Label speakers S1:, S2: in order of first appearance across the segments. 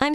S1: I'm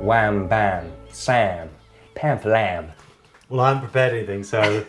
S2: Wham Bam Sam Pam Lamb.
S3: Well, I haven't prepared anything, so.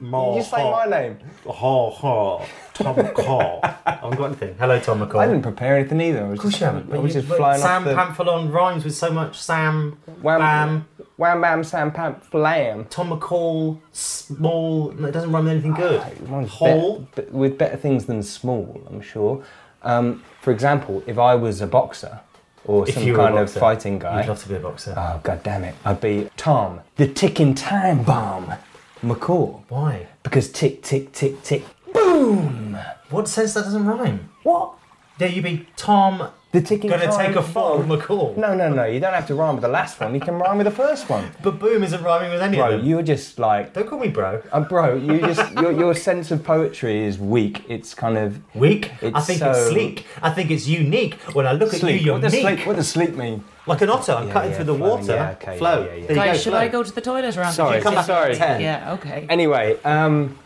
S3: More
S2: You say my name.
S3: Ha ha. Tom McCall. I haven't got anything. Hello, Tom McCall.
S2: I didn't prepare anything either. I was
S3: Of course
S2: just,
S3: you haven't.
S2: I
S3: but
S2: was
S3: you-
S2: just
S3: but
S2: flying
S3: Sam
S2: off the
S3: Pamphilon rhymes with so much Sam,
S2: Wham-
S3: Bam,
S2: Wham Bam Sam Pam Flam.
S3: Tom McCall, Small. No, it doesn't rhyme with anything good.
S2: Mine's
S3: Hall.
S2: bet- bet- with better things than small, I'm sure. Um, for example, if I was a boxer or
S3: If
S2: some
S3: you were a
S2: kind of
S3: boxer,
S2: fighting guy,
S3: You'd love to be a boxer.
S2: oh god damn it, I'd be Tom, the ticking time bomb, McCall,
S3: Why?
S2: because tick tick tick tick.
S3: What says that doesn't rhyme?
S2: What?
S3: Yeah, you'd be Tom.
S2: The ticking
S3: Gonna
S2: time
S3: take a fall,
S2: bomb.
S3: McCall.
S2: No, no, no. You don't have to rhyme with the last one. You can rhyme with the first one.
S3: But boom isn't rhyming with any
S2: Bro,
S3: of them.
S2: you're just like
S3: Don't call me bro.
S2: Uh, bro, you just your, your sense of poetry is weak. It's kind of
S3: Weak. I
S2: It's
S3: think it's
S2: so-
S3: sleek. I think it's unique. When I look at
S2: sleek.
S3: you,
S2: What
S3: you're
S2: does
S3: meek.
S2: sleek? What does sleek mean?
S3: Like an otter, I'm
S2: Yeah,
S3: cutting
S2: yeah,
S3: through the
S2: flowing,
S3: water.
S2: yeah, okay,
S3: flow.
S2: yeah, yeah.
S3: There you
S4: Guys,
S3: go,
S4: should
S3: flow.
S4: I go to the toilet around?
S2: Sorry,
S3: come back
S2: sorry.
S3: at 10.
S4: Yeah, okay.
S2: Anyway, um,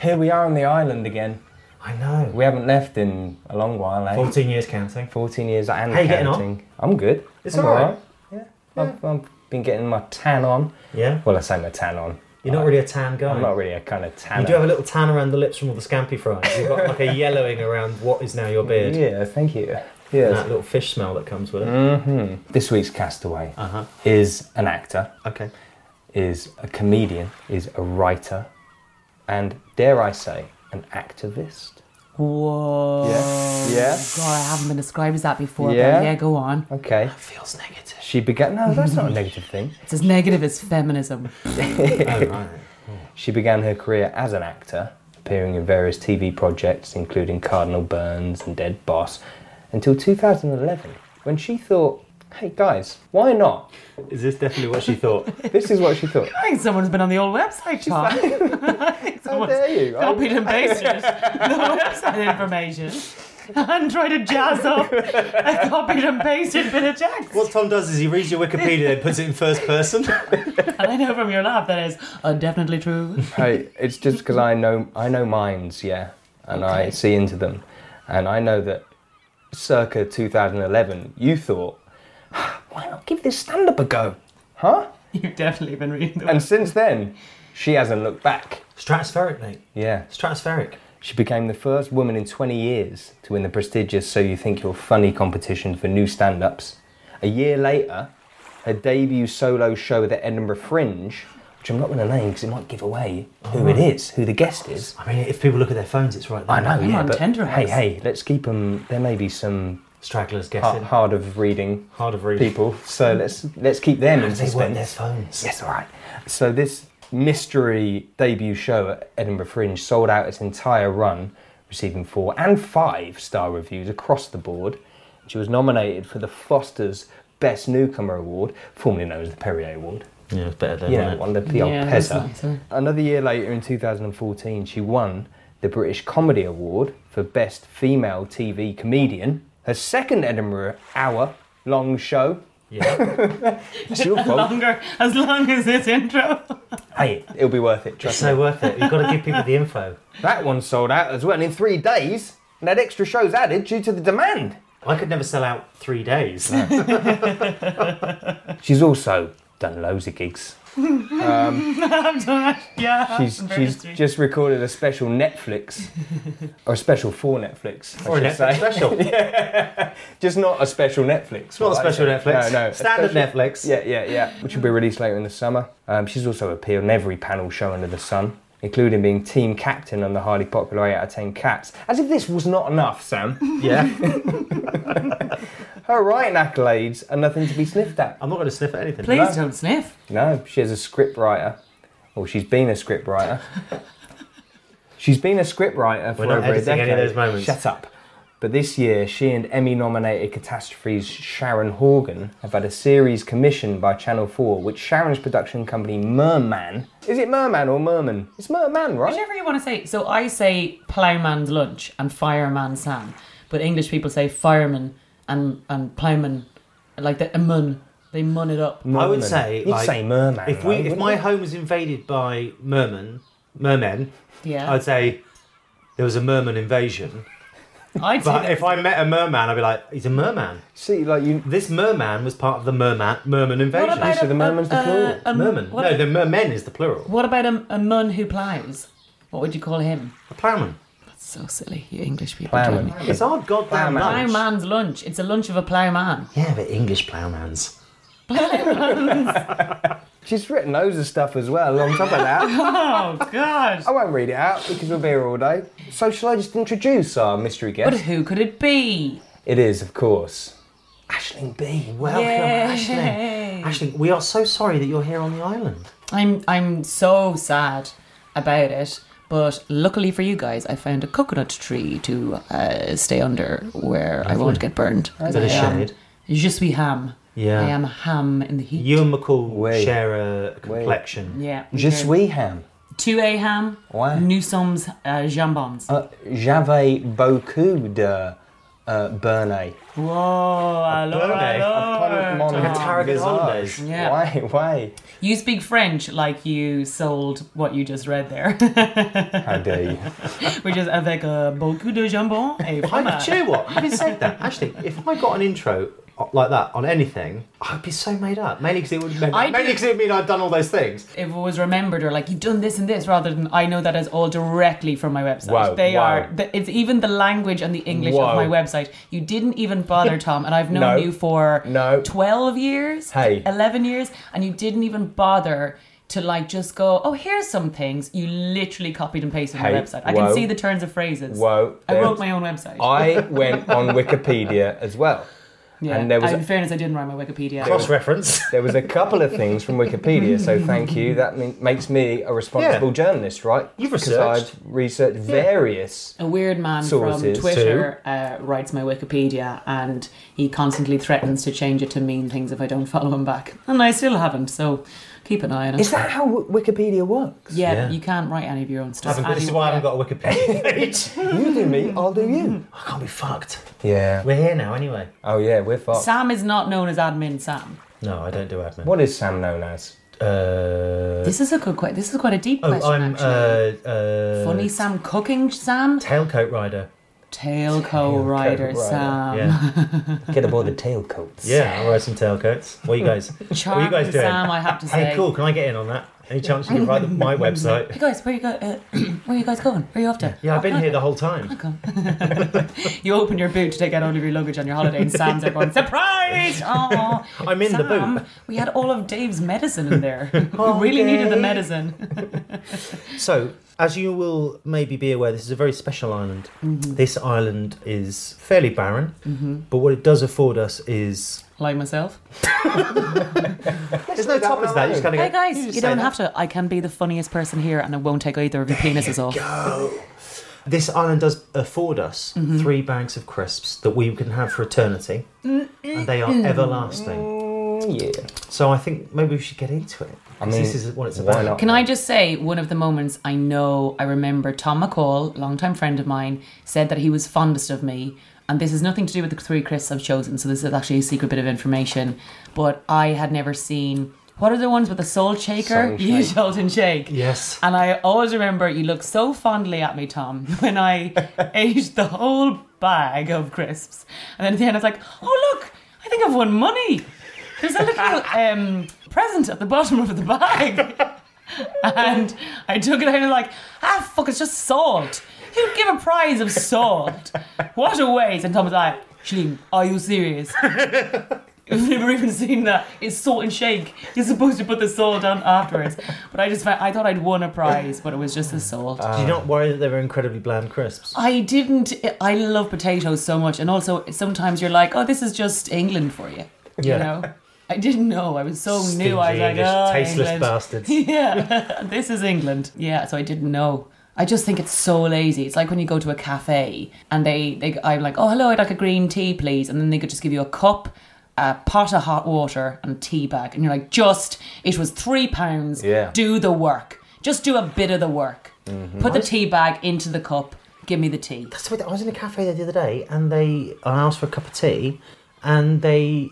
S2: here we are on the island again.
S3: I know.
S2: We haven't left in a long while, eh?
S3: 14 years counting.
S2: Fourteen years and
S3: How you getting on?
S2: counting. I'm good.
S3: It's
S2: I'm
S3: all right.
S2: Yeah, I've, I've been getting my tan on.
S3: Yeah.
S2: Well, I say my tan on.
S3: You're not really a tan guy.
S2: I'm not really a kind of tan.
S3: You do have a little tan around the lips from all the scampi fries. You've got like a yellowing around what is now your beard.
S2: Yeah, thank you.
S3: And
S2: Yes.
S3: that little fish smell that comes with it.
S2: Mm. This week's castaway
S3: Uh-huh.
S2: is an actor.
S3: Okay.
S2: is a comedian, is a writer, and dare I say, an activist.
S4: Whoa.
S2: Yeah. Yeah.
S4: God, I haven't been described as that before.
S2: Yeah.
S4: But yeah, go on.
S2: Okay.
S3: Feels negative.
S2: She began. No, that's not a negative thing.
S4: It's as negative as feminism.
S3: oh, right.
S2: She began her career as an actor, appearing in various TV projects, including Cardinal Burns and Dead Boss, until 2011, when she thought, hey guys, why not?
S3: Is this definitely what she thought?
S2: This is what she thought.
S4: I think someone's been on the old website, Tom. I think someone's
S2: dare you? Oh,
S4: Copied and pasted the website information and tried to jazz up a copied and pasted bit of text.
S3: what Tom does is he reads your Wikipedia and puts it in first person.
S4: And I know from your laugh that is undefinitely true.
S2: Hey, it's just because I know I know minds, yeah, and I see into them, and I know that circa 2011, you thought, why not give this stand up a go, huh?
S4: You've definitely been reading the
S2: And since then, she hasn't looked back.
S3: Stratospheric, mate.
S2: Yeah,
S3: Stratospheric.
S2: she became the first woman in 20 years to win the prestigious So You Think You're Funny competition for new stand ups. A year later, her debut solo show at the Edinburgh Fringe, which I'm not going to name because it might give away who it is, who the guest is.
S3: I mean, if people look at their phones, it's right there.
S2: I know, yeah,
S4: on
S2: but hey,
S4: tenterhooks.
S2: hey, let's keep them. There may be some
S3: Stragglers
S2: ha-
S3: guessing.
S2: hard of reading
S3: Hard of reading. Mm.
S2: people, so let's let's keep them in
S3: They weren't their
S2: suspense.
S3: phones.
S2: Yes, all right. So this mystery debut show at Edinburgh Fringe sold out its entire run, receiving four and five star reviews across the board. She was nominated for the Foster's Best Newcomer Award, formerly known as the Perrier Award.
S3: Yeah, it's better than
S2: You know, one of the old
S4: Yeah, that's nice, huh?
S2: pezza. Another year later, in 2014, she won the British Comedy Award for Best Female TV Comedian. Her second Edinburgh hour-long show.
S3: Yeah.
S2: It's your fault.
S4: longer as long as this intro.
S2: hey, it'll be worth it.
S3: it's
S2: Trust me.
S3: so worth it. You've got to give people the info.
S2: That one sold out as well in three days. and had extra shows added due to the demand.
S3: I could never sell out three days.
S2: She's also done loads of gigs.
S4: I'm done. Yeah.
S2: She's,
S4: I'm very
S2: she's
S4: interested.
S2: just recorded a special Netflix, or a special for Netflix, I
S3: Or a
S2: should
S3: Netflix
S2: say.
S3: special.
S2: Just not a special Netflix.
S3: not a
S2: Well,
S3: special
S2: I- No,
S3: Netflix.
S2: no. a
S3: Standard
S2: special-
S3: Netflix.
S2: Yeah, yeah, yeah. Which will be released later in the summer. Um, she's also appeared on every panel show under the sun, including being team captain on the highly popular 8 out of 10 Cats. As if this was not enough, Sam.
S3: Yeah.
S2: Her writing accolades are nothing to be sniffed at.
S3: I'm not going to sniff at anything.
S4: Please don't sniff.
S2: No, she is a script writer. Well, she's been a script writer. she's been a script writer for
S3: not
S2: over a
S3: editing
S2: decade.
S3: any of those moments.
S2: Shut up. But this year, she and Emmy-nominated Catastrophe's Sharon Horgan have had a series commissioned by Channel 4, which Sharon's production company Merman... Is it Merman or Merman? It's Merman, right?
S4: Whichever you want to say. So I say ploughman's lunch and fireman Sam, but English people say fireman and and ploughman, like the a mun. They mun it up.
S3: I would
S2: Merman.
S3: say,
S2: You'd
S3: like,
S2: say Merman,
S3: If
S2: though,
S3: we, if
S2: wouldn't
S3: my
S2: you?
S3: home was invaded by mermen, mermen,
S4: Yeah.
S3: I'd say there was a merman invasion.
S4: I'd say
S3: But
S4: that-
S3: if I met a merman, I'd be like, he's a merman.
S2: See, like, you...
S3: This merman was part of the merman merman invasion.
S4: What about
S2: So the
S4: a-
S2: Merman's the
S4: a-
S2: plural.
S4: a-
S3: merman?
S4: What,
S3: no, the mermen is the plural.
S4: what about a, a mun who ploughs? What would you call him?
S3: A ploughman.
S4: So silly, you English people.
S2: Plowman.
S4: drive me-
S3: It's our goddamn
S2: Ploughman.
S3: lunch.
S4: Ploughman's lunch. It's a lunch of a ploughman.
S3: Yeah, but English ploughmans.
S2: She's written loads of stuff as well on top of that.
S4: Oh God!
S2: I won't read it out because we'll be here all day. So shall I just introduce our mystery guest?
S4: But who could it be?
S2: It is, of course, Ashling B.
S3: Welcome,
S4: Yay.
S3: Ashling. Ashling, we are so sorry that you're here on the island.
S4: I'm I'm so sad about it. But luckily for you guys, I found a coconut tree to uh, stay under where I won't get burned.
S3: A bit of shade.
S4: Je suis ham.
S3: Yeah.
S4: I am ham in the heat.
S3: You and McCall
S2: Wait.
S3: share a complexion.
S4: yeah.
S2: Je suis ham.
S4: Two A ham.
S2: Ouais.
S4: Nous sommes uh, jambons.
S2: Uh, J'avais beaucoup de uh, Bernay.
S4: Whoa, alors,
S3: Bernay?
S4: alors.
S3: like a tarragon holidays.
S4: Yeah.
S2: Why, why?
S4: You speak French like you sold what you just read there,
S2: How dare you?
S4: which is avec uh, beaucoup de jambon et
S3: I,
S4: fromage.
S3: do you know what? Having said that, actually, if I got an intro like that on anything, I'd be so made up. Mainly because it would mean,
S4: I do-
S3: mainly 'cause it would mean I'd done all those things.
S4: if it was remembered or like you've done this and this rather than I know that is all directly from my website.
S2: Wow,
S4: they
S2: wow.
S4: are th- it's even the language and the English
S2: Wow.
S4: of my website. You didn't even bother, Tom, and I've known
S2: No.
S4: you for
S2: No.
S4: twelve years,
S2: Hey.
S4: eleven years, and you didn't even bother. To like just go, oh, here's some things you literally copied and pasted on
S2: Hey,
S4: my website. I
S2: whoa.
S4: can see the turns of phrases.
S2: Whoa,
S4: I wrote
S2: there's-
S4: my own website.
S2: I went on Wikipedia as well.
S4: yeah.
S2: and there was
S4: I- in
S2: a-
S4: fairness, I didn't write my Wikipedia.
S3: Cross reference.
S2: There was a couple of things from Wikipedia, so thank you. That mean, makes me a responsible
S3: Yeah.
S2: journalist, right?
S3: You've
S2: 'Cause
S3: researched.
S2: I've researched various.
S4: A weird man
S2: Sources
S4: from Twitter uh, writes my Wikipedia, and he constantly threatens to change it to mean things if I don't follow him back, and I still haven't. So keep an eye on it.
S2: Is that how w- Wikipedia works?
S4: yeah,
S3: Yeah.
S4: you can't write any of your own stuff.
S3: Haven't- this is
S4: anyway.
S3: why I haven't got a Wikipedia page.
S2: You do me, I'll do you.
S3: I can't be fucked.
S2: Yeah.
S3: We're here now, anyway.
S2: Oh yeah, we're fucked.
S4: Sam is not known as admin Sam.
S3: No, I don't do admin.
S2: What is Sam known as?
S3: Uh,
S4: This is a good question. This is quite a deep
S3: oh,
S4: question.
S3: I'm uh,
S4: actually.
S3: uh,
S4: Funny Sam, cooking Sam,
S3: tailcoat rider.
S4: tailco rider
S2: rider,
S4: Sam,
S3: Yeah,
S2: Get aboard the tailcoats.
S3: yeah. I wear some tailcoats. What are you guys? what are you guys
S4: charming
S3: doing?
S4: Sam. I have to say.
S3: hey, cool. Can I get in on that? Any chance you can write the, my website?
S4: Hey guys, where you go? Uh, where you guys going? Where you off to?
S3: Yeah, I've been
S4: Oh,
S3: here the whole time.
S4: You open your boot to take out all of your luggage on your holiday, and Sam's there going, "Surprise! Oh,
S3: I'm in the
S4: Sam,
S3: boot.
S4: We had all of Dave's medicine in there. we really needed the medicine.
S3: So, as you will maybe be aware, this is a very special island.
S4: Mm-hmm.
S3: This island is fairly barren, but what it does afford us is
S4: Like myself.
S3: there's no top as that. You just kind of
S4: Hey
S3: go.
S4: guys,
S3: just
S4: you
S3: say
S4: don't
S3: that.
S4: have to. I can be the funniest person here, and I won't take either of your penises off.
S3: This island does afford us
S4: Mm-hmm.
S3: three bags of crisps that we can have for eternity, and they are everlasting.
S2: Mm, yeah.
S3: So I think maybe we should get into it. I
S2: mean,
S3: this is what it's
S2: why
S3: about.
S2: not?
S4: Can I just say one of the moments I know I remember Tom McCall, longtime friend of mine, said that he was fondest of me. And this has nothing to do with the three Chris I've chosen, so this is actually a secret bit of information. But I had never seen What are the ones with the salt shaker?
S2: Salt
S4: You
S2: shake.
S4: jolt and shake.
S3: Yes.
S4: And I always remember you looked so fondly at me, Tom, when I ate the whole bag of crisps. And then at the end, I was like, oh, look, I think I've won money. There's a little um, present at the bottom of the bag. And I took it out and like, ah, fuck, it's just salt. Who'd give a prize of salt? What a waste. And Tom was like, Shleen, are you serious? I've never even seen that. It's salt and shake. You're supposed to put the salt down afterwards. But I just found, I thought I'd won a prize, but it was just the salt.
S3: Did you not worry that they were incredibly bland crisps?
S4: I didn't. I love potatoes so much, and also sometimes you're like, oh, this is just England for you.
S3: Yeah.
S4: You know. I didn't know. I was so
S3: Stingy
S4: new. I was like,
S3: English,
S4: oh,
S3: tasteless
S4: England."
S3: bastards.
S4: yeah, this is England. Yeah, so I didn't know. I just think it's so lazy. It's like when you go to a cafe and they, they I'm like, oh, hello, I'd like a green tea, please. And then they could just give you a cup, a pot of hot water, and a tea bag. And you're like, just, it was three pounds.
S2: Yeah.
S4: Do the work. Just do a bit of the work.
S3: Mm-hmm.
S4: Put the tea bag into the cup. Give me the tea.
S3: That's the way that- I was in a cafe there the other day, and they I asked for a cup of tea, and they,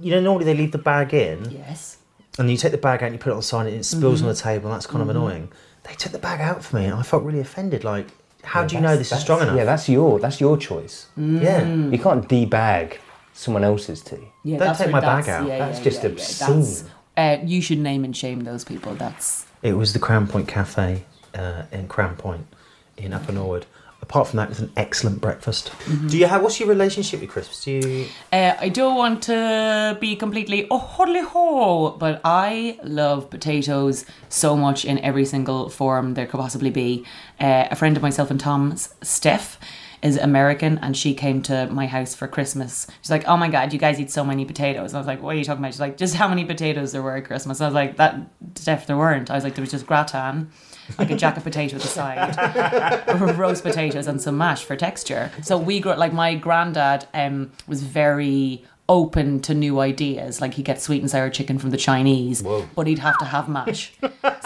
S3: you know, normally they leave the bag in,
S4: Yes.
S3: and you take the bag out and you put it on the side, and it spills on the table. And that's kind of annoying. They took the bag out for me, and I felt really offended. Like, how do you know
S2: That's-
S3: this is
S2: that's-
S3: strong enough?
S2: Yeah, that's your that's your choice.
S3: Mm. yeah.
S2: You can't debag someone else's tea.
S4: Yeah,
S3: Don't
S4: that's
S3: take
S4: where-
S3: my bag
S4: that's-
S3: out.
S4: yeah,
S2: That's
S4: yeah,
S2: just
S4: yeah, yeah,
S2: obscene.
S4: that's- uh, you should name and shame those people. That's
S3: It was the Crown Point Cafe uh, in Crown Point in Upper Norwood. Apart from that, it was an excellent breakfast. Do you have? What's your relationship with crisps? Do you?
S4: Uh, I don't want to be completely oh hodly ho, but I love potatoes so much in every single form there could possibly be. Uh, a friend of myself and Tom's, Steph, is American, and she came to my house for Christmas. She's like, "Oh my god, you guys eat so many potatoes!" And I was like, "What are you talking about?" She's like, "Just how many potatoes there were at Christmas?" I was like, "That Steph, there weren't." I was like, "There was just gratin." like a jack of potato at the side roast potatoes and some mash for texture. So we grew like my granddad um was very open to new ideas. Like he'd get sweet and sour chicken from the Chinese, but he'd have to have mash.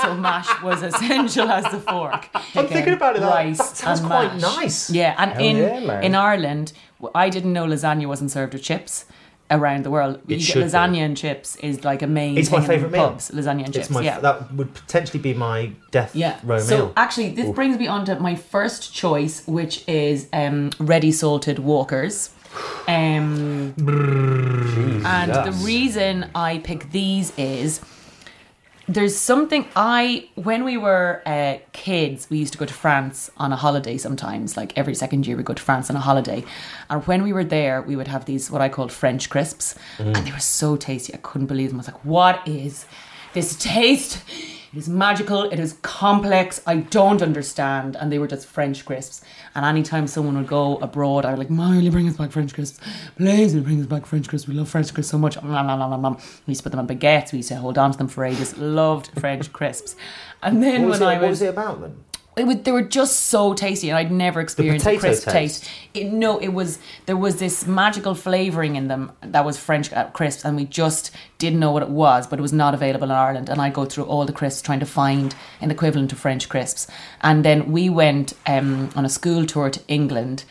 S4: so mash was essential as the fork. I'm
S3: thinking about it, that-
S4: Rice
S3: that sounds
S4: and
S3: quite
S4: mash.
S3: nice.
S4: Yeah, and in
S2: yeah, man.
S4: in Ireland, w- I didn't know lasagna wasn't served with chips. Around the world, you
S3: should
S4: get
S3: be.
S4: lasagna and chips is like a main.
S3: It's my
S4: thing in
S3: favourite meal.
S4: Pubs, lasagna and chips.
S3: It's my,
S4: yeah,
S3: That would potentially be my death
S4: yeah.
S3: row
S4: so
S3: meal.
S4: actually, this brings me on to my first choice, which is um, ready salted Walkers. Um, and the reason I pick these is there's something I when we were uh, kids we used to go to France on a holiday sometimes like every second year we go to France on a holiday and when we were there we would have these what I called French crisps and they were so tasty I couldn't believe them I was like what is this taste it is magical it is complex I don't understand and they were just French crisps and anytime someone would go abroad I would like Miley bring us back French crisps please will you bring us back French crisps we love French crisps so much Nom, nom, nom, nom, nom. we used to put them on baguettes we used to hold on to them for ages loved French crisps and then
S3: What was, it,
S4: when I
S3: what was it about them?
S4: it was, they were just so tasty, and I'd never experienced a
S3: potato
S4: crisp
S3: taste.
S4: taste. It, no, it was there was this magical flavoring in them that was French uh, crisps, and we just didn't know what it was, but it was not available in Ireland. And I go through all the crisps trying to find an equivalent to French crisps, and then we went um, on a school tour to England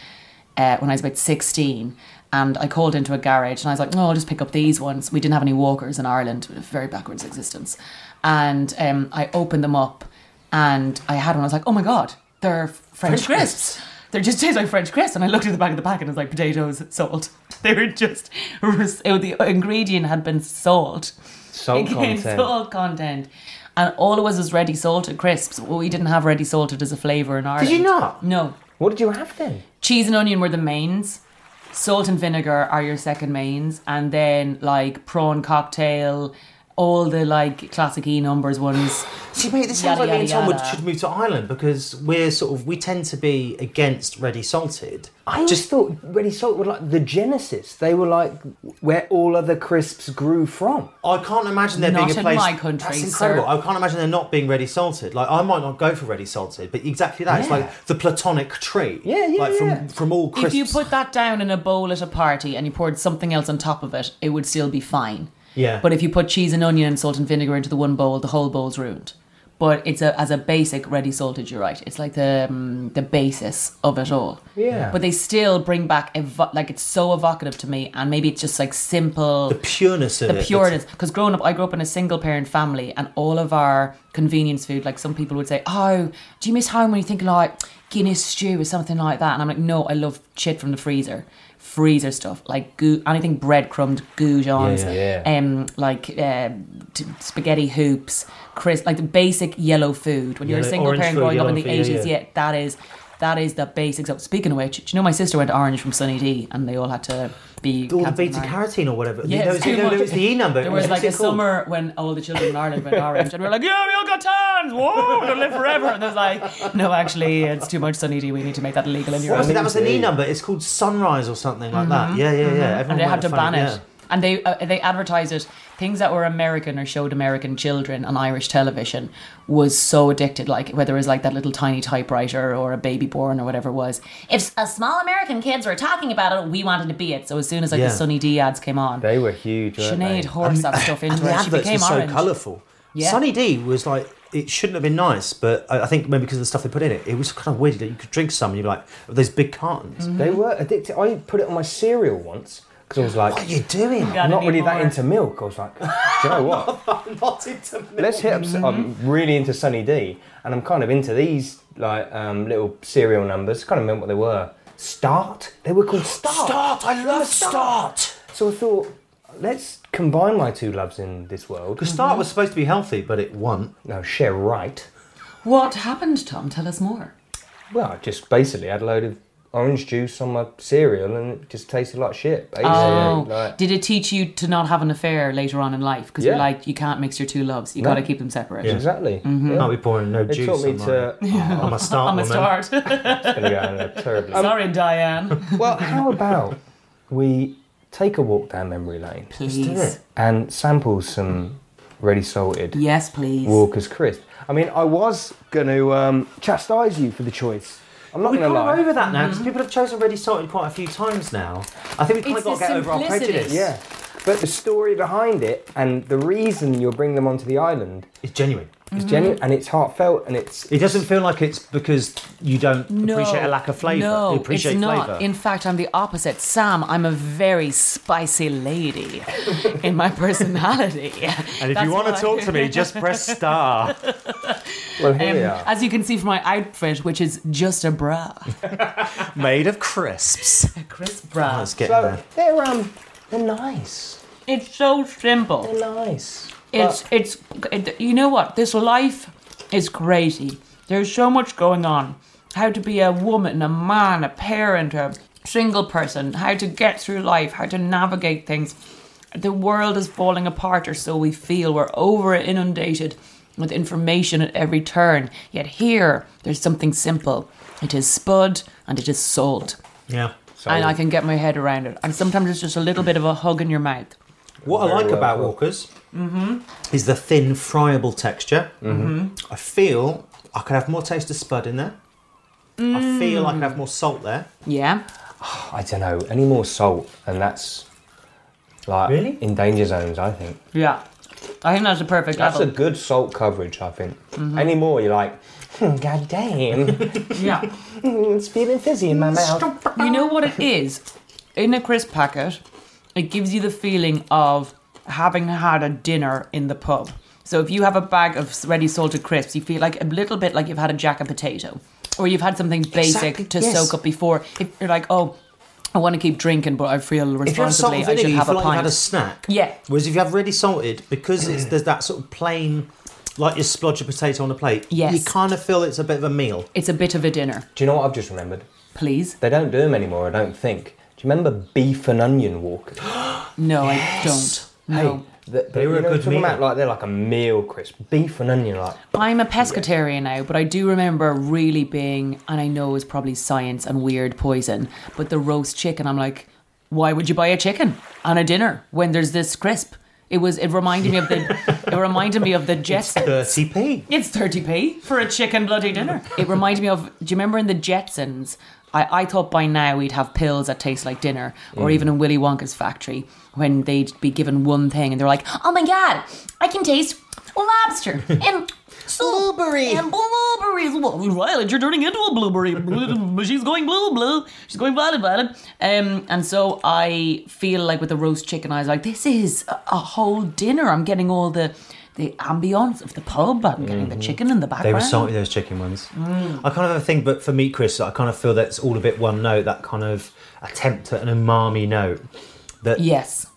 S4: uh, when I was about sixteen. And I called into a garage and I was like, no, I'll just pick up these ones. We didn't have any walkers in Ireland, very backwards existence. And um, I opened them up and I had one. I was like, oh my god, they're French, crisps. They just taste like French crisps. And I looked at the back of the pack and it was like potatoes, salt. They were just it, the ingredient had been salt.
S2: Salt
S4: Again,
S2: content.
S4: Salt content. And all it was was ready salted crisps. Well, we didn't have ready salted as a flavour in Ireland.
S3: you not?
S4: No.
S2: What did you have then?
S4: Cheese and onion were the mains. Salt and vinegar are your second mains, and then like prawn cocktail, all the like classic E numbers ones.
S3: See, mate, this sounds
S4: Yada,
S3: like me and
S4: yada,
S3: Tom would,
S4: yada.
S3: should move to Ireland because we're sort of we tend to be against ready salted.
S2: I just, thought Ready Salt were like the genesis. They were like where all other crisps grew from.
S3: I can't imagine there
S4: Not
S3: being a
S4: in
S3: place.
S4: my country,
S3: that's incredible.
S4: sir.
S3: I can't imagine there not being ready salted. Like I might not go for ready salted, but exactly that. It's
S2: Yeah.
S3: like the platonic tree.
S2: Yeah, yeah,
S3: Like
S2: yeah.
S3: from from all crisps.
S4: If you put that down in a bowl at a party and you poured something else on top of it, it would still be fine.
S3: Yeah.
S4: But if you put cheese and onion and salt and vinegar into the one bowl, the whole bowl's ruined. but it's a as a basic ready salted. You're right. It's like the um, the basis of it all.
S2: Yeah.
S4: But they still bring back evo- like it's so evocative to me, and maybe it's just like simple
S3: The pureness of
S4: the
S3: it.
S4: pureness because growing up i grew up in a single parent family and all of our convenience food like some people would say oh do you miss home when you think like guinness stew or something like that and i'm like no i love shit from the freezer freezer stuff like goo- anything breadcrumbed goujons
S2: Yeah,
S4: um like uh, t- spaghetti hoops crisp like the basic yellow food when you're
S3: Yellow-
S4: a single
S3: orange
S4: parent
S3: food,
S4: growing up in
S3: yellow
S4: the
S3: food, yeah,
S4: 80s
S3: yeah.
S4: yeah that is that is the basics of speaking of which do you know my sister went to orange from sunny d and they all had to be
S3: all the
S4: cancelled
S3: beta
S4: out.
S3: carotene or whatever.
S4: Yeah,
S3: there, was,
S4: it's too
S3: no, there
S4: much.
S3: was the E number.
S4: There was
S3: What's
S4: like
S3: it
S4: a
S3: called?
S4: summer when all the children in Ireland went orange, and we were like, "Yeah, we all got tans! Whoa, they'll live forever!" And I was like, "No, actually, it's too much Sunny D. We need to make that illegal in
S3: What was
S4: Europe."
S3: it? That was an E number. It's called Sunrise or something like that. Yeah, yeah, yeah. Everyone
S4: Mm-hmm. And they
S3: went
S4: had to ban
S3: funny,
S4: it,
S3: yeah.
S4: and they uh, they advertised it. Things that were American or showed American children on Irish television was so addicted. Like whether it was like that little tiny typewriter or a baby born or whatever it was. If a small American kids were talking about it, we wanted to be it. So as soon as like
S3: Yeah.
S4: the Sunny D ads came on,
S2: They were huge. Weren't
S4: Sinead
S2: they?
S4: horse that stuff into
S3: and the
S4: it. She
S3: adverts were
S4: became
S3: so
S4: orange.
S3: colourful.
S4: Yeah.
S3: Sunny D was like it shouldn't have been nice, but I, I think maybe because of the stuff they put in it, it was kind of weird that you could drink some and you're like those big cartons.
S4: Mm-hmm.
S2: They were addicted. I put it on my cereal once because I was like,
S3: What are you doing?
S4: Yeah.
S2: I'm not
S4: Gotta
S2: really
S4: be
S2: that
S4: more.
S2: into milk. I was like, do you know what?
S3: Not into milk.
S2: Let's hit up. s- I'm
S4: Mm-hmm.
S2: really into Sunny D, and I'm kind of into these like um, little serial numbers. Can't remember what they were. Start. They were called Start.
S3: Start. I love
S2: Start.
S3: start.
S2: So I thought, let's combine my two loves in this world.
S3: The
S4: Mm-hmm.
S3: start was supposed to be healthy, but it won't.
S2: No, share right.
S4: What happened, Tom? Tell us more.
S2: Well, I just basically had a load of orange juice on my cereal, and it just tasted like shit. Basically,
S4: Oh,
S2: like,
S4: did it teach you to not have an affair later on in life? Because
S2: Yeah.
S4: you're like, you can't mix your two loves. You
S2: No.
S4: got to keep them separate.
S2: exactly.
S4: Mm-hmm.
S3: Can't be pouring no
S2: It
S3: juice.
S2: taught me
S3: on my-
S2: to.
S3: Oh, I'm a start.
S4: I'm a
S3: woman.
S4: start.
S2: It's gonna go down there terribly.
S4: Sorry, Diane.
S2: well, how about we take a walk down memory lane
S4: Please.
S2: and sample some ready salted
S4: Yes, please.
S2: Walker's crisp? I mean, I was going to um, chastise you for the choice. I'm not
S3: We've
S2: going to
S3: got
S2: lie.
S3: over that now because people have chosen ready salted quite a few times now. I think we've kind
S4: Mm-hmm. It's
S3: of
S4: the
S3: got to get over our
S4: simplicity.
S3: prejudice.
S2: Yeah, but the story behind it and the reason you'll bring them onto the island
S3: It's genuine.
S2: is genuine and it's heartfelt and it's
S3: It doesn't feel like it's because you don't
S4: no,
S3: appreciate a lack of flavour.
S4: No,
S3: you appreciate
S4: it's not.
S3: flavour.
S4: In fact, I'm the opposite. Sam, I'm a very spicy lady in my personality.
S3: and if
S4: That's
S3: you want
S4: why-
S3: to talk to me, just press star.
S2: well here
S4: Um,
S2: we are.
S4: as you can see from my outfit, which is just a bra,
S3: Made of crisps.
S4: a crisp bra.
S3: Oh, Let's get
S2: So
S3: there.
S2: they're um they're nice.
S4: it's so simple.
S2: They're nice.
S4: It's it's it, you know what this life is crazy. There's so much going on. How to be a woman, a man, a parent, a single person. How to get through life. How to navigate things. The world is falling apart, or so we feel. We're over inundated with information at every turn. Yet here, there's something simple. It is spud and it is salt,
S3: Yeah.
S4: and I can get my head around it. And sometimes it's just a little bit of a hug in your mouth.
S3: What I like
S2: well
S3: about
S2: done.
S3: Walkers
S4: Mm-hmm.
S3: is the thin, friable texture. Mm-hmm. I feel I could have more taste of spud in there. I feel I could have more salt there.
S4: Yeah.
S2: I don't know any more salt and that's like
S3: Really?
S2: in danger zones. I think
S4: Yeah. I think that's a perfect
S2: that's a
S4: level.
S2: good salt coverage. I think any more you're like. Hmm, God damn,
S4: yeah.
S2: it's feeling fizzy in my mouth.
S4: You know what it is? In a crisp packet, it gives you the feeling of having had a dinner in the pub. So if you have a bag of ready salted crisps, you feel like a little bit like you've had a jack and potato, or you've had something basic
S3: Exactly,
S4: to
S3: yes.
S4: soak up before. If you're like, oh, I want to keep drinking, but I feel
S3: If you have salt
S4: responsibly.
S3: and
S4: I
S3: vinegar,
S4: should
S3: you
S4: have a
S3: feel like you've had
S4: pint.
S3: a snack.
S4: Yeah.
S3: Whereas if you have ready salted, because it's, there's that sort of plain, like you splodge a potato on a plate, you
S4: Yes.
S3: kind of feel it's a bit of a meal.
S4: it's a bit of a dinner,
S2: Do you know what I've just remembered?
S4: please.
S2: They don't do them anymore. I don't think. Do you remember beef and onion walkers?
S3: Oh,
S4: No, I don't. No.
S2: Hey, th- they were a good meal. About, like they're like a meal crisp, beef and onion. Like
S4: I'm a pescatarian now, but I do remember really being, and I know it's probably science and weird poison, but the roast chicken, I'm like, why would you buy a chicken on a dinner when there's this crisp? It was. It reminded me of the. it reminded me of the Jetsons.
S3: 30p.
S4: It's thirty p for a chicken bloody dinner. It reminded me of. Do you remember in the Jetsons? I, I thought by now we'd have pills that taste like dinner, or even in Willy Wonka's factory when they'd be given one thing and they're like, "Oh my god, I can taste lobster, and soup,
S5: Blueberry.
S4: and blueberries. Well, Violet, you're turning into a blueberry. She's going blue, blue. She's going violet, violet. Um, and so I feel like with the roast chicken, I was like, this is a, a whole dinner. I'm getting all the the ambience of the pub. I'm getting the chicken in the background.
S3: Mm-hmm. They were salty those chicken ones.
S4: Mm.
S3: I kind of have a thing, but for meat crisps, I kind of feel that's all a bit one note. That kind of attempt at an umami note that
S4: Yes.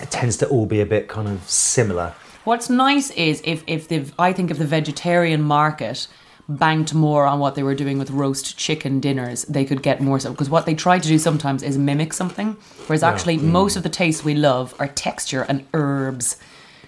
S3: it tends to all be a bit kind of similar.
S4: What's nice is if if the I think if the vegetarian market banked more on what they were doing with roast chicken dinners, they could get more so because what they try to do sometimes is mimic something, whereas actually most of the tastes we love are texture and herbs.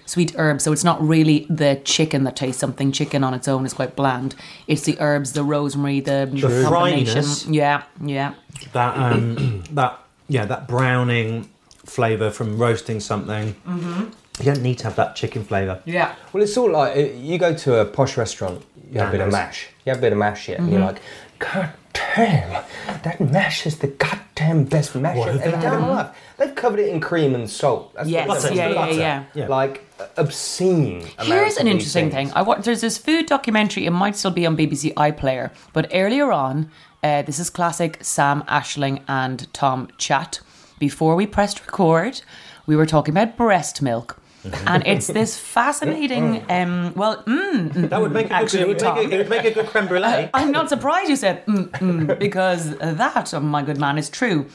S4: Sweet herbs, so it's not really the chicken that tastes something. Chicken on its own is quite bland. It's the herbs, the rosemary, the,
S3: True.
S4: combination.
S3: Fryness.
S4: Yeah, yeah.
S3: That um, that yeah, that browning flavour from roasting something. Mm-hmm. You don't need to have that chicken flavour.
S4: Yeah.
S2: Well, it's sort of like uh, you go to a posh restaurant, you have a bit of
S3: Nando's.
S2: mash. You have a bit of mash yet, and
S4: Mm-hmm.
S2: you're like, God damn, that mash is the goddamn best mash
S3: What
S2: I've
S3: have
S2: ever
S3: they
S2: had in my
S3: done?
S2: life. They've covered it in cream and salt. That's
S4: Yes,
S2: what they've
S3: yeah,
S2: done.
S3: yeah,
S2: Butter.
S4: yeah.
S3: Yeah.
S2: Like, obscene. amounts
S4: Here's
S2: of
S4: an
S2: these
S4: interesting
S2: things.
S4: thing. I watched. There's this food documentary. It might still be on BBC iPlayer, but earlier on, uh, this is classic Sam Ashling and Tom Chat. Before we pressed record, we were talking about breast milk, and it's this fascinating. Um, well, mm, mm,
S3: That would make a
S4: Actually,
S3: good, it would make
S4: Tom.
S3: a, it would make a good creme brulee.
S4: I'm not surprised you said mm, mm, because that, oh my good man, is true.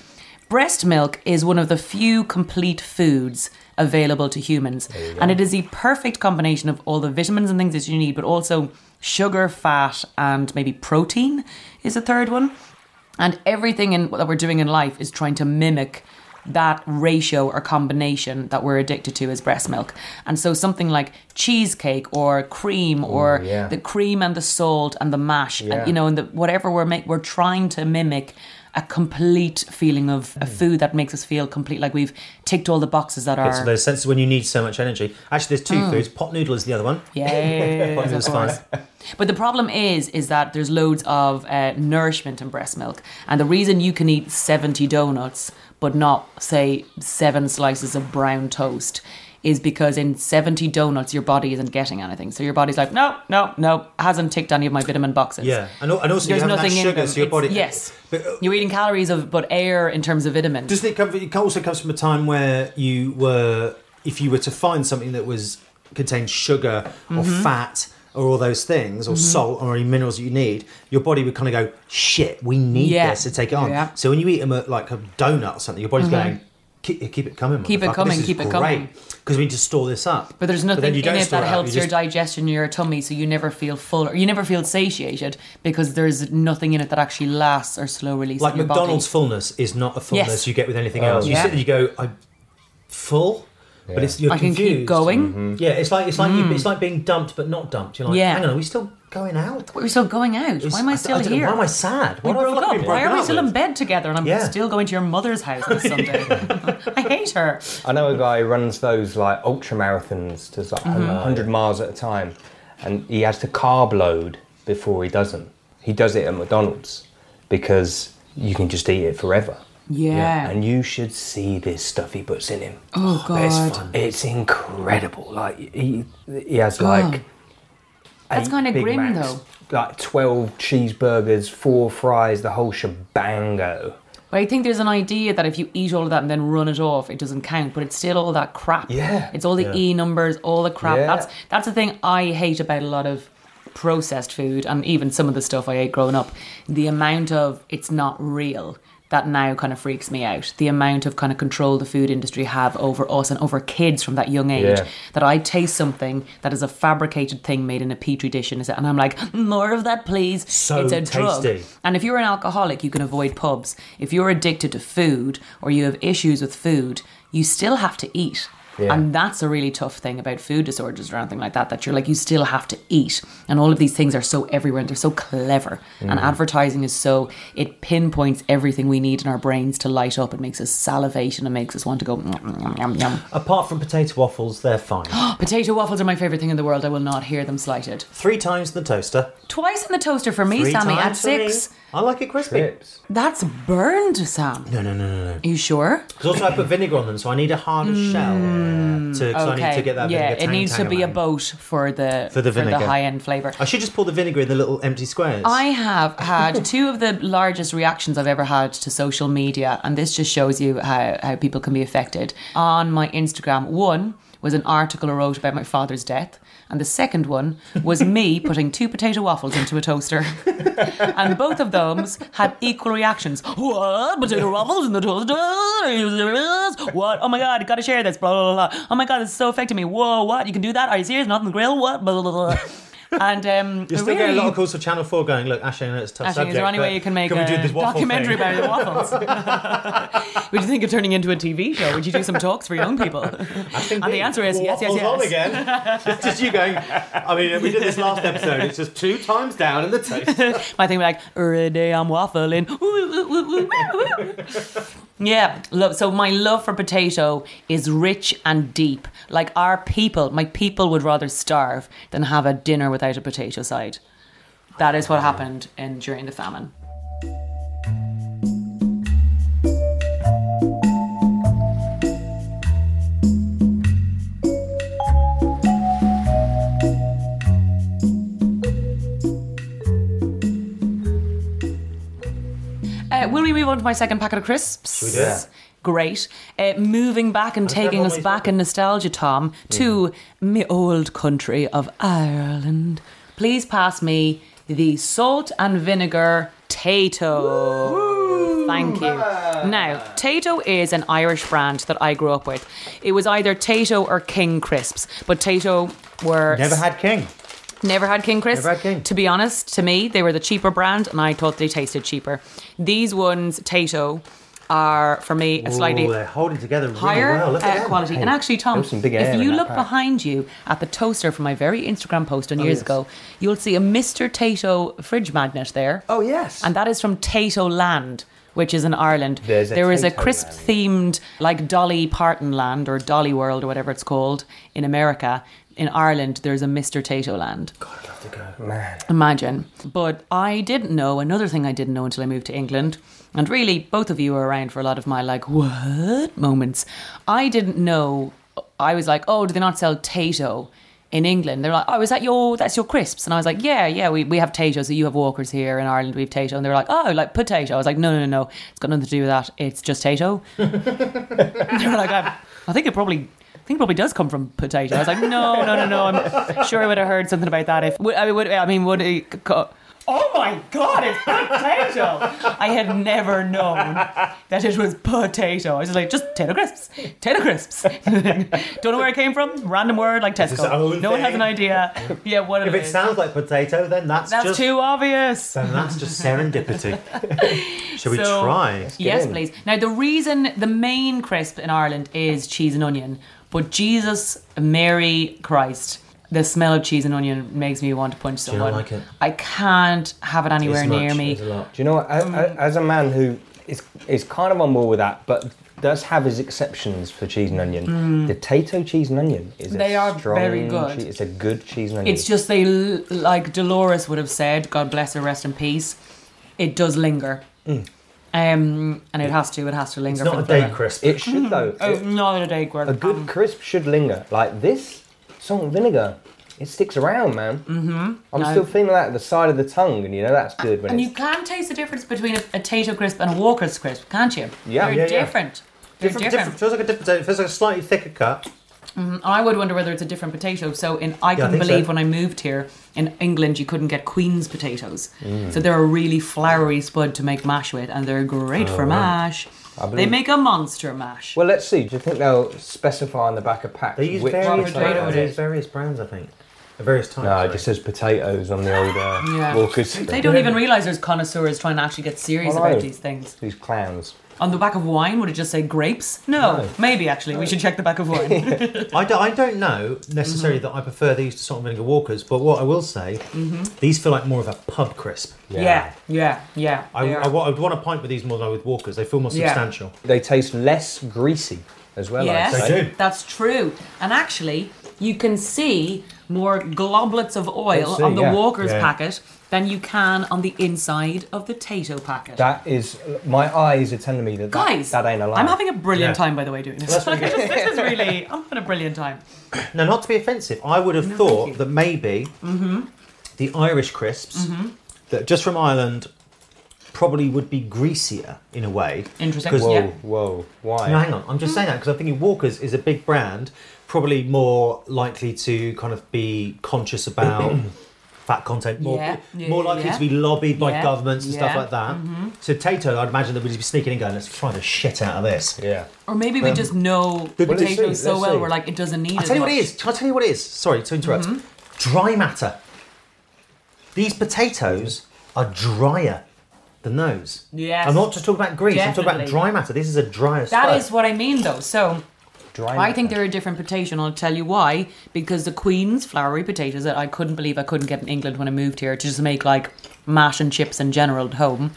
S4: Breast milk is one of the few complete foods available to humans, and it is the perfect combination of all the vitamins and things that you need, but also sugar, fat, and maybe protein is a third one. And everything in that we're doing in life is trying to mimic that ratio or combination that we're addicted to as breast milk. And so something like cheesecake or cream or
S2: yeah.
S4: the cream and the salt and the mash,
S2: Yeah.
S4: and, you know, and the, whatever we're make, we're trying to mimic a complete feeling of
S2: Hmm.
S4: a food that makes us feel complete, like we've ticked all the boxes that
S3: So
S4: are.
S3: those senses when you need so much energy. Actually, there's two foods. Pot noodle is the other one.
S4: Mm. Yeah,
S3: Pot noodle's fine.
S4: But the problem is, is that there's loads of uh, nourishment in breast milk, and the reason you can eat seventy donuts but not say seven slices of brown toast is because in 70 donuts your body isn't getting anything so your body's like no no no hasn't ticked any of my vitamin boxes
S3: Yeah, and, al- and also
S4: There's
S3: you have that
S4: nothing in
S3: sugar,
S4: them.
S3: so your
S4: It's-
S3: body.
S4: yes.
S3: But, uh,
S4: you're eating calories of but air in terms of vitamins
S3: Doesn't it come? From, it also comes from a time where you were, if you were to find something that was contained sugar or
S4: Mm-hmm.
S3: fat or all those things or salt or any minerals that you need, your body would kind of go, "Shit, we need
S4: Yeah.
S3: this to take it on."
S4: Yeah. Mm-hmm.
S3: So when you eat them at like a donut or something, your body's going. Keep, keep it coming.
S4: Keep it
S3: motherfucker.
S4: coming,
S3: This is
S4: keep it
S3: great,
S4: coming."
S3: Because we need to store this up.
S4: But there's
S3: then
S4: nothing
S3: you
S4: in
S3: don't
S4: it
S3: store
S4: that
S3: up, you
S4: helps your
S3: just-
S4: digestion, your tummy, so you never feel full or you never feel satiated because there's nothing in it that actually lasts or slow release.
S3: Like
S4: in your
S3: McDonald's
S4: body.
S3: fullness is not a fullness
S4: Yes. Oh,
S3: you get with anything else. You
S4: yeah.
S3: sit there, you go, I'm full, but it's you're
S4: I can
S3: confused. Mm-hmm.
S4: keep going. Mm.
S3: Yeah, it's like it's like you, it's like being dumped but not dumped. You're like,
S4: Yeah.
S3: hang on, are we still going out?
S4: We're still going out.
S3: It's-
S4: Why am I
S3: d-
S4: still
S3: don't know,
S4: here?
S3: why am I sad?
S4: we
S3: Why do I
S4: broke
S3: feel like
S4: up.
S3: I've been
S4: Why
S3: broken
S4: are we
S3: up
S4: still in
S3: with?
S4: bed together? And I'm
S3: Yeah.
S4: still going to your mother's house on Sunday. I hate her.
S2: I know a guy who runs those like ultra marathons to like
S4: Mm-hmm.
S2: 100 miles at a time, and he has to carb load before he does them. He does it at McDonald's because you can just eat it forever.
S4: Yeah.
S2: And you should see this stuff he puts in him.
S4: Oh,
S2: But it's
S4: God.
S2: fun. It's incredible. Like he, he has like.
S4: That's
S2: eight
S4: kinda
S2: Big
S4: grim,
S2: Macs,
S4: though.
S2: Like twelve cheeseburgers, four fries, the whole shebango.
S4: But I think there's an idea that if you eat all of that and then run it off, it doesn't count. But it's still all that crap.
S2: Yeah.
S4: It's all the e numbers, all the crap.
S2: Yeah.
S4: That's that's the thing I hate about a lot of processed food and even some of the stuff I ate growing up. The amount of it's not real that now kind of freaks me out. The amount of kind of control the food industry have over us and over kids from that young age.
S2: Yeah.
S4: That I taste something that is a fabricated thing made in a petri dish and is- and I'm like, more of that, please.
S3: So
S4: it's a drug.
S3: tasty.
S4: And if you're an alcoholic, you can avoid pubs. If you're addicted to food or you have issues with food, you still have to eat.
S2: Yeah.
S4: And that's a really tough thing about food disorders or anything like that, that you're like, you still have to eat. And all of these things are so everywhere and they're so clever.
S3: Mm-hmm.
S4: And advertising is so, it pinpoints everything we need in our brains to light up. It makes us salivate and it makes us want to go, "Mm, yum, yum, yum.
S3: Apart from potato waffles, they're fine.
S4: Potato waffles are my favourite thing in the world. I will not hear them slighted.
S3: Three times in the toaster.
S4: Twice in the toaster for me,
S3: Three
S4: Sammy, at
S3: times for me.
S4: six.
S3: I like it crispy.
S2: Trips.
S4: That's burned, Sam.
S3: No, no, no, no, no.
S4: Are you sure?
S3: Because also I put vinegar on them, so I need a harder shell to, 'cause I need to get that
S4: Mm, yeah,
S3: vinegar
S4: it
S3: tang
S4: needs to
S3: tang
S4: be a
S3: around.
S4: boat for the
S3: For the vinegar.
S4: high end flavor.
S3: I should just pour the vinegar in the little empty squares.
S4: I have had two of the largest reactions I've ever had to social media, and this just shows you how, how people can be affected. On my Instagram, one was an article I wrote about my father's death, and the second one was me putting two potato waffles into a toaster. and both of those had equal reactions. What? Potato waffles in the toaster? Are you serious? What? Oh my god, you gotta share this, blah, blah, blah. Oh my god, it's so affecting me. Whoa, what? You can do that? Are you serious? Not on the grill? What? Blah, blah, blah. And um,
S3: You're still
S4: really,
S3: getting a lot of calls for Channel 4 going, look, Ashley, I know it's a tough
S4: Actually, is
S3: subject,
S4: there any
S3: but
S4: way you can make
S3: can
S4: a
S3: we do this waffle
S4: documentary
S3: thing?
S4: about the waffles? Would you think of turning into a TV show? Would you do some talks for young people?
S3: think
S4: and
S3: we-
S4: the answer is yes, yes,
S3: waffles
S4: yes.
S3: on again. it's just you going, I mean, we did this last episode. It's just two times down in the toast.
S4: My thing like, every day I'm waffling. Ooh, ooh, ooh, ooh, ooh, ooh. yeah, love. So my love for potato is rich and deep. Like our people, my people would rather starve than have a dinner without a potato side. That is what happened in, during the famine. Uh, will we move on to my second packet of crisps?
S3: we do? Yeah.
S4: Great. Uh, moving back and taking us
S3: always
S4: back in nostalgia, Tom,
S3: Mm-hmm.
S4: to me old country of Ireland. Please pass me the salt and vinegar Tato. Thank you. Now, Tato is an Irish brand that I grew up with. It was either Tato or King crisps, but Tato were
S3: Never had King.
S4: Never had King Chris.
S3: Never had King.
S4: To be honest, to me, they were the cheaper brand, and I thought they tasted cheaper. These ones, Tato, are for me a slightly
S2: uh,
S3: Ooh, they're holding together really
S4: higher
S3: well. Look at
S4: uh,
S3: them.
S4: quality. And actually, Tom,
S2: there's some big air
S4: if
S2: in
S4: you
S2: that
S4: look
S2: pack. Oh,
S4: behind you at the toaster from my very Instagram post on years
S3: yes.
S4: ago, you'll see a Mr. Tato fridge magnet there.
S2: Oh, yes.
S4: And that is from Tato Land, which is in Ireland.
S2: There's a
S4: There is a
S2: Tato
S4: crisp
S2: Land.
S4: themed, like Dolly Parton Land or Dolly World or whatever it's called in America. In Ireland, there's a Mr. Tato Land.
S2: Man.
S4: Imagine. But I didn't know another thing I didn't know until I moved to England. And really, both of you were around for a lot of my like, what moments. I didn't know. I was like, oh, do they not sell Tato in England? They're like, oh, is that your, that's your crisps? And I was like, yeah, yeah, we, we have Tato. So you have Walkers here in Ireland, we have Tato. And they were like, oh, like potato. I was like, no, no, no, no. It's got nothing to do with that. It's just Tato. they were like, I, I think it probably. I think it probably does come from potato. I was like, no, no, no, no. I'm sure I would have heard something about that if. would- I mean, would, I mean, would it? Co- oh my god, it's potato! I had never known that it was potato. I was just like, just potato crisps, potato crisps. Don't know where it came from. Random word like
S3: its
S4: Tesco. No
S3: own
S4: one has
S3: thing.
S4: an idea. Yeah, what
S3: If
S4: it
S3: it
S4: is.
S3: sounds like potato, then that's,
S4: That's
S3: just
S4: too obvious.
S3: then that's just serendipity. Shall we
S4: So-
S3: try?
S4: yes,
S2: in.
S4: please. Now, the reason the main crisp in Ireland is cheese and onion, but Jesus, Mary, Christ, the smell of cheese and onion makes me want to punch
S3: you
S4: someone.
S3: not like it?
S4: I can't have it anywhere
S3: It's much,
S4: near me.
S3: it's a lot.
S2: Do you know what? As,
S4: Um,
S2: as a man who is is kind of on board with that, but does have his exceptions for cheese and onion. The Tato cheese and onion is
S4: Mm. They
S2: a
S4: are
S2: strong
S4: very good.
S2: che- it's a good cheese and onion.
S4: It's just they, l- like Dolores would have said, God bless her, rest in peace. It does linger. Um, and it has to, it has to linger.
S3: Mm. It's
S4: for
S3: not a
S4: the
S3: day
S4: flavor.
S3: crisp.
S2: it should though.
S4: Oh, um,
S2: It-
S4: not a day crisp.
S2: a good crisp should linger. Like this salt and vinegar, it sticks around, man. Mm-hmm. I'm still feeling that at the side of the tongue, and you know that's good when
S4: Uh, And
S2: it's
S4: you can taste the difference between a, a Tato crisp and a Walker's crisp, can't you?
S2: Yeah.
S4: They're
S2: Yeah,
S3: yeah.
S4: different. They're
S3: Different,
S4: different.
S3: different. Feels like a different potato. Feels like a slightly thicker cut.
S4: I would wonder whether it's a different potato. So in I couldn't
S3: think so.
S4: believe when I moved here in England you couldn't get Queen's potatoes. So they're a really floury spud to make mash with and they're great for mash. They
S2: believe-
S4: make a monster mash.
S2: Well, let's see. Do you think they'll specify on the back of packs
S3: They use
S2: which
S3: various
S4: potato
S3: brands.
S4: it
S3: They
S4: is.
S3: use various brands, I think. Various types.
S2: No,
S3: sorry.
S2: it just says potatoes on the old uh,
S4: Yeah.
S2: Walkers.
S4: they don't even realise there's connoisseurs trying to actually get serious
S2: I know.
S4: about these things.
S2: These clowns.
S4: On the back of wine, would it just say grapes? No, maybe actually. We should check the back of wine.
S3: I, do, I don't know necessarily
S4: Mm-hmm.
S3: that I prefer these to salt and vinegar walkers, but what I will say,
S4: Mm-hmm.
S3: these feel like more of a pub crisp.
S4: yeah, yeah, yeah.
S3: I,
S4: they
S3: I,
S4: are.
S3: wa- I would want to pint with these more than I would walkers. They feel more
S4: Yeah.
S3: substantial.
S2: They taste less greasy as well. I'd
S4: Yes,
S2: say.
S3: They do.
S4: that's true. And actually, you can see more globlets of oil
S2: see,
S4: on the
S2: yeah.
S4: Walker's
S3: Yeah.
S4: packet than you can on the inside of the Tato packet.
S2: That is, my eyes are telling me that that-
S4: Guys,
S2: that, ain't a lie.
S4: I'm having a brilliant
S3: Yeah.
S4: time by the way doing this. Like, this is really, I'm having a brilliant time.
S3: Now, not to be offensive, I would have thought that maybe
S4: Mm-hmm.
S3: the Irish crisps that just from Ireland probably would be greasier in a way.
S4: Interesting.
S3: 'Cause-
S4: Whoa.
S2: Whoa,
S4: Yeah.
S2: whoa, why?
S3: No, hang on. I'm
S4: Mm.
S3: just saying that because I'm thinking Walker's is a big brand, probably more likely to kind of be conscious about fat content, more
S4: Yeah. Yeah,
S3: more
S4: yeah,
S3: likely
S4: yeah.
S3: to be lobbied by
S4: Yeah.
S3: governments and stuff
S4: Yeah. Mm-hmm.
S3: like that. So Tato, I'd imagine that we'd just be sneaking in going, let's try the shit out of this.
S2: Yeah.
S4: Or maybe we just know
S3: Well, let's
S4: potatoes
S2: see,
S4: so
S2: Um, let's
S4: well
S2: see.
S4: we're like it doesn't need
S3: I'll
S4: as
S3: tell you what it
S4: much.
S3: is. I'll tell you what it is. Sorry to interrupt.
S4: Mm-hmm.
S3: Dry matter. These potatoes are drier than those.
S4: Yes.
S3: I'm not just talking about grease. I'm talking about
S4: Definitely.
S3: dry matter. This is a drier
S4: That
S3: stuff.
S4: is what I mean though. So
S2: Dry
S4: I think they're a different potato, and I'll tell you why. Because the Queen's floury potatoes that I couldn't believe I couldn't get in England when I moved here to just make like mash and chips in general at home.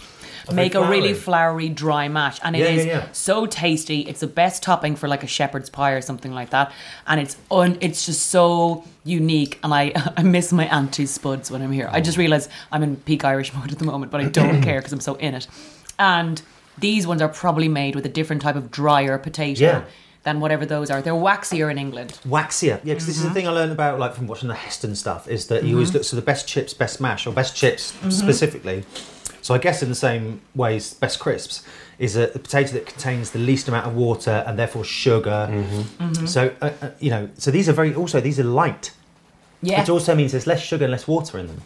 S4: Make a really floury dry mash, and it
S3: Yeah,
S4: is
S3: yeah, yeah.
S4: so tasty. It's the best topping for like a shepherd's pie or something like that, and it's un- it's just so unique. And I I miss my auntie's spuds when I'm here. I just realize I'm in peak Irish mode at the moment, but I don't care because I'm so in it. And these ones are probably made with a different type of drier potato
S3: Yeah.
S4: than whatever those are. They're waxier in England.
S3: waxier. Yeah, because this is the thing I learned about, like from watching the Heston stuff, is that he always looks for the best chips, best mash, or best chips specifically. So I guess in the same ways, best crisps is a, a potato that contains the least amount of water and therefore sugar. So uh, uh, you know, so these are very also these are light,
S4: Yeah.
S3: which also means there's less sugar and less water in them.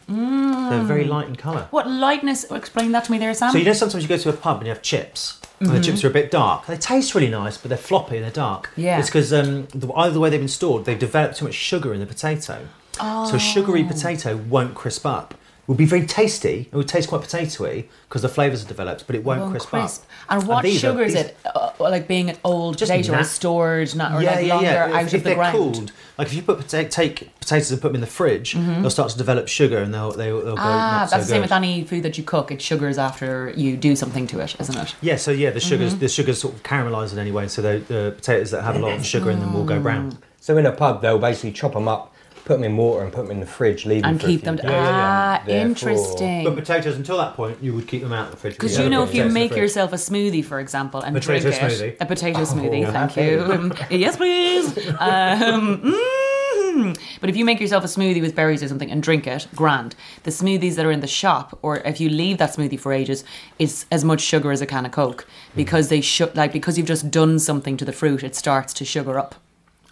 S3: They're very light in colour.
S4: what lightness? Explain that to me there, Sam.
S3: So you know, sometimes you go to a pub and you have chips, and
S4: Mm-hmm.
S3: the chips are a bit dark. They taste really nice, but they're floppy and they're dark.
S4: Yeah.
S3: it's because um, the, either the way they've been stored, they've developed too much sugar in the potato. Oh. So a sugary potato won't crisp up. It would be very tasty. It would taste quite potatoey because the flavours are developed, but it won't,
S4: Won't
S3: crisp, up.
S4: And what
S3: these are-
S4: sugar is
S3: these-
S4: it? Uh, like being an old
S3: Just
S4: potato
S3: nat-
S4: is stored, not or like longer out
S3: if,
S4: of
S3: if
S4: the
S3: they're
S4: ground.
S3: cooled, like if you put pota- take potatoes and put them in the fridge, they'll start to develop sugar and they'll they'll, they'll go.
S4: Mm-hmm. Ah, that's
S3: not so
S4: the same
S3: good.
S4: with any food that you cook. It sugars after you do something to it, isn't it?
S3: Yeah, so yeah, the sugars
S4: Mm-hmm.
S3: the sugars sort of caramelise in any way, so the, the potatoes that have a lot of sugar in them will
S4: Mm.
S3: go brown.
S2: So in a pub, they'll basically chop them up, put them in water, and put them in the fridge, leave
S4: And
S2: them for
S4: keep
S2: a
S4: them.
S2: few days.
S4: Ah,
S2: Therefore-
S3: But
S4: interesting.
S3: potatoes until that point, you would keep them out of the fridge.
S4: Because
S3: Yeah,
S4: you know,
S3: put
S4: if you
S3: potatoes in the
S4: make
S3: fridge.
S4: yourself a smoothie, for example, and
S3: Potato
S4: drink
S3: smoothie. Oh,
S4: it, a potato smoothie, thank
S2: okay.
S4: you. Um, yes, please. Um, mm. But if you make yourself a smoothie with berries or something and drink it, grand. The smoothies that are in the shop, or if you leave that smoothie for ages, it's as much sugar as a can of Coke
S3: Mm-hmm.
S4: because they should like because you've just done something to the fruit, it starts to sugar up.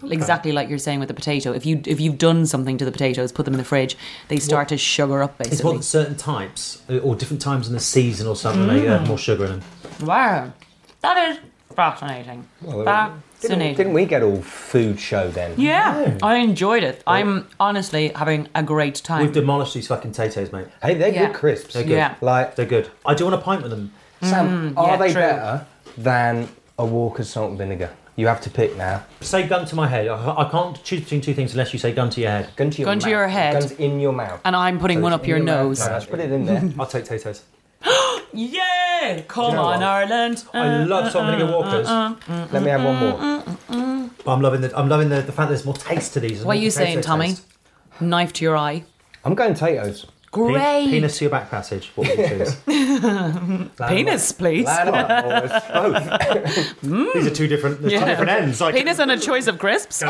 S4: Exactly like you're saying with the potato. If you if you've done something to the potatoes, put them in the fridge, they start to sugar up
S3: It's
S4: basically.
S3: what certain types uh, or different times in the season or something they have
S4: Mm.
S3: more sugar in them.
S4: Wow, that is fascinating.
S2: Didn't,
S4: fascinating.
S2: didn't we get all food show then?
S4: Yeah, I enjoyed it. I'm honestly having a great time.
S3: We've demolished these fucking potatoes, mate.
S2: Hey, they're
S4: Yeah.
S2: good crisps.
S3: They're good.
S4: Yeah. Mm,
S2: Like,
S3: They're good. I do want a pint with them.
S2: Sam, are
S4: yeah,
S2: they
S4: true.
S2: better than a Walker's salt and vinegar? You have to pick now.
S3: Say gun to my head. I, I can't choose between two things unless you say gun to your head.
S2: Gun to your
S4: Gun
S2: mouth.
S4: to your head.
S2: Guns in your mouth.
S4: and I'm putting
S2: So
S4: one
S2: it's
S4: up
S2: in
S4: your
S2: mouth.
S4: nose.
S2: No, let's put it in there.
S3: I'll take potatoes.
S4: Yeah! Come
S3: know
S4: on,
S3: what?
S4: Ireland. Uh,
S3: I love salt and vinegar walkers.
S2: Let me have one more.
S3: But I'm loving the I'm loving the, the fact that there's more taste to these.
S4: what are
S3: more
S4: you
S3: potato
S4: saying, Tommy?
S3: taste.
S4: Knife to your eye.
S2: I'm going potatoes.
S3: Pe-
S4: Great.
S3: penis to your back passage. What would you choose?
S4: Penis, please.
S2: Line up, or it's both.
S3: These are two different, there's
S4: Yeah.
S3: two different ends. Like,
S4: Penis and a choice of crisps.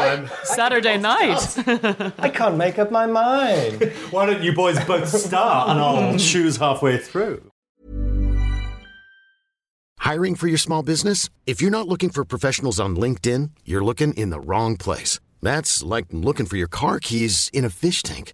S4: Saturday night.
S2: I can't make up my mind.
S3: why don't you boys both start and I'll choose halfway through?
S6: Hiring for your small business? If you're not looking for professionals on LinkedIn, you're looking in the wrong place. That's like looking for your car keys in a fish tank.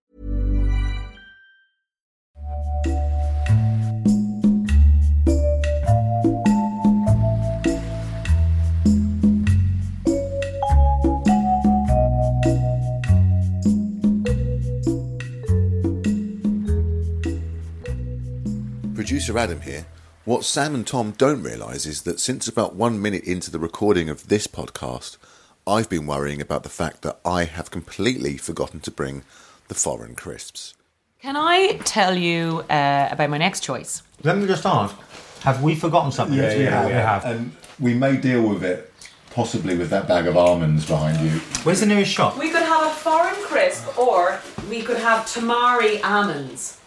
S7: Producer Adam here. What Sam and Tom don't realise is that since about one minute into the recording of this podcast, I've been worrying about the fact that I have completely forgotten to bring the foreign crisps.
S4: Can I tell you uh, about my next choice?
S3: Let me just ask: Have we forgotten something?
S2: Yeah, yeah, we have. Um,
S7: And we may deal with it, possibly with that bag of almonds behind you.
S3: Where's the nearest shop?
S4: We could have a foreign crisp, or we could have tamari almonds,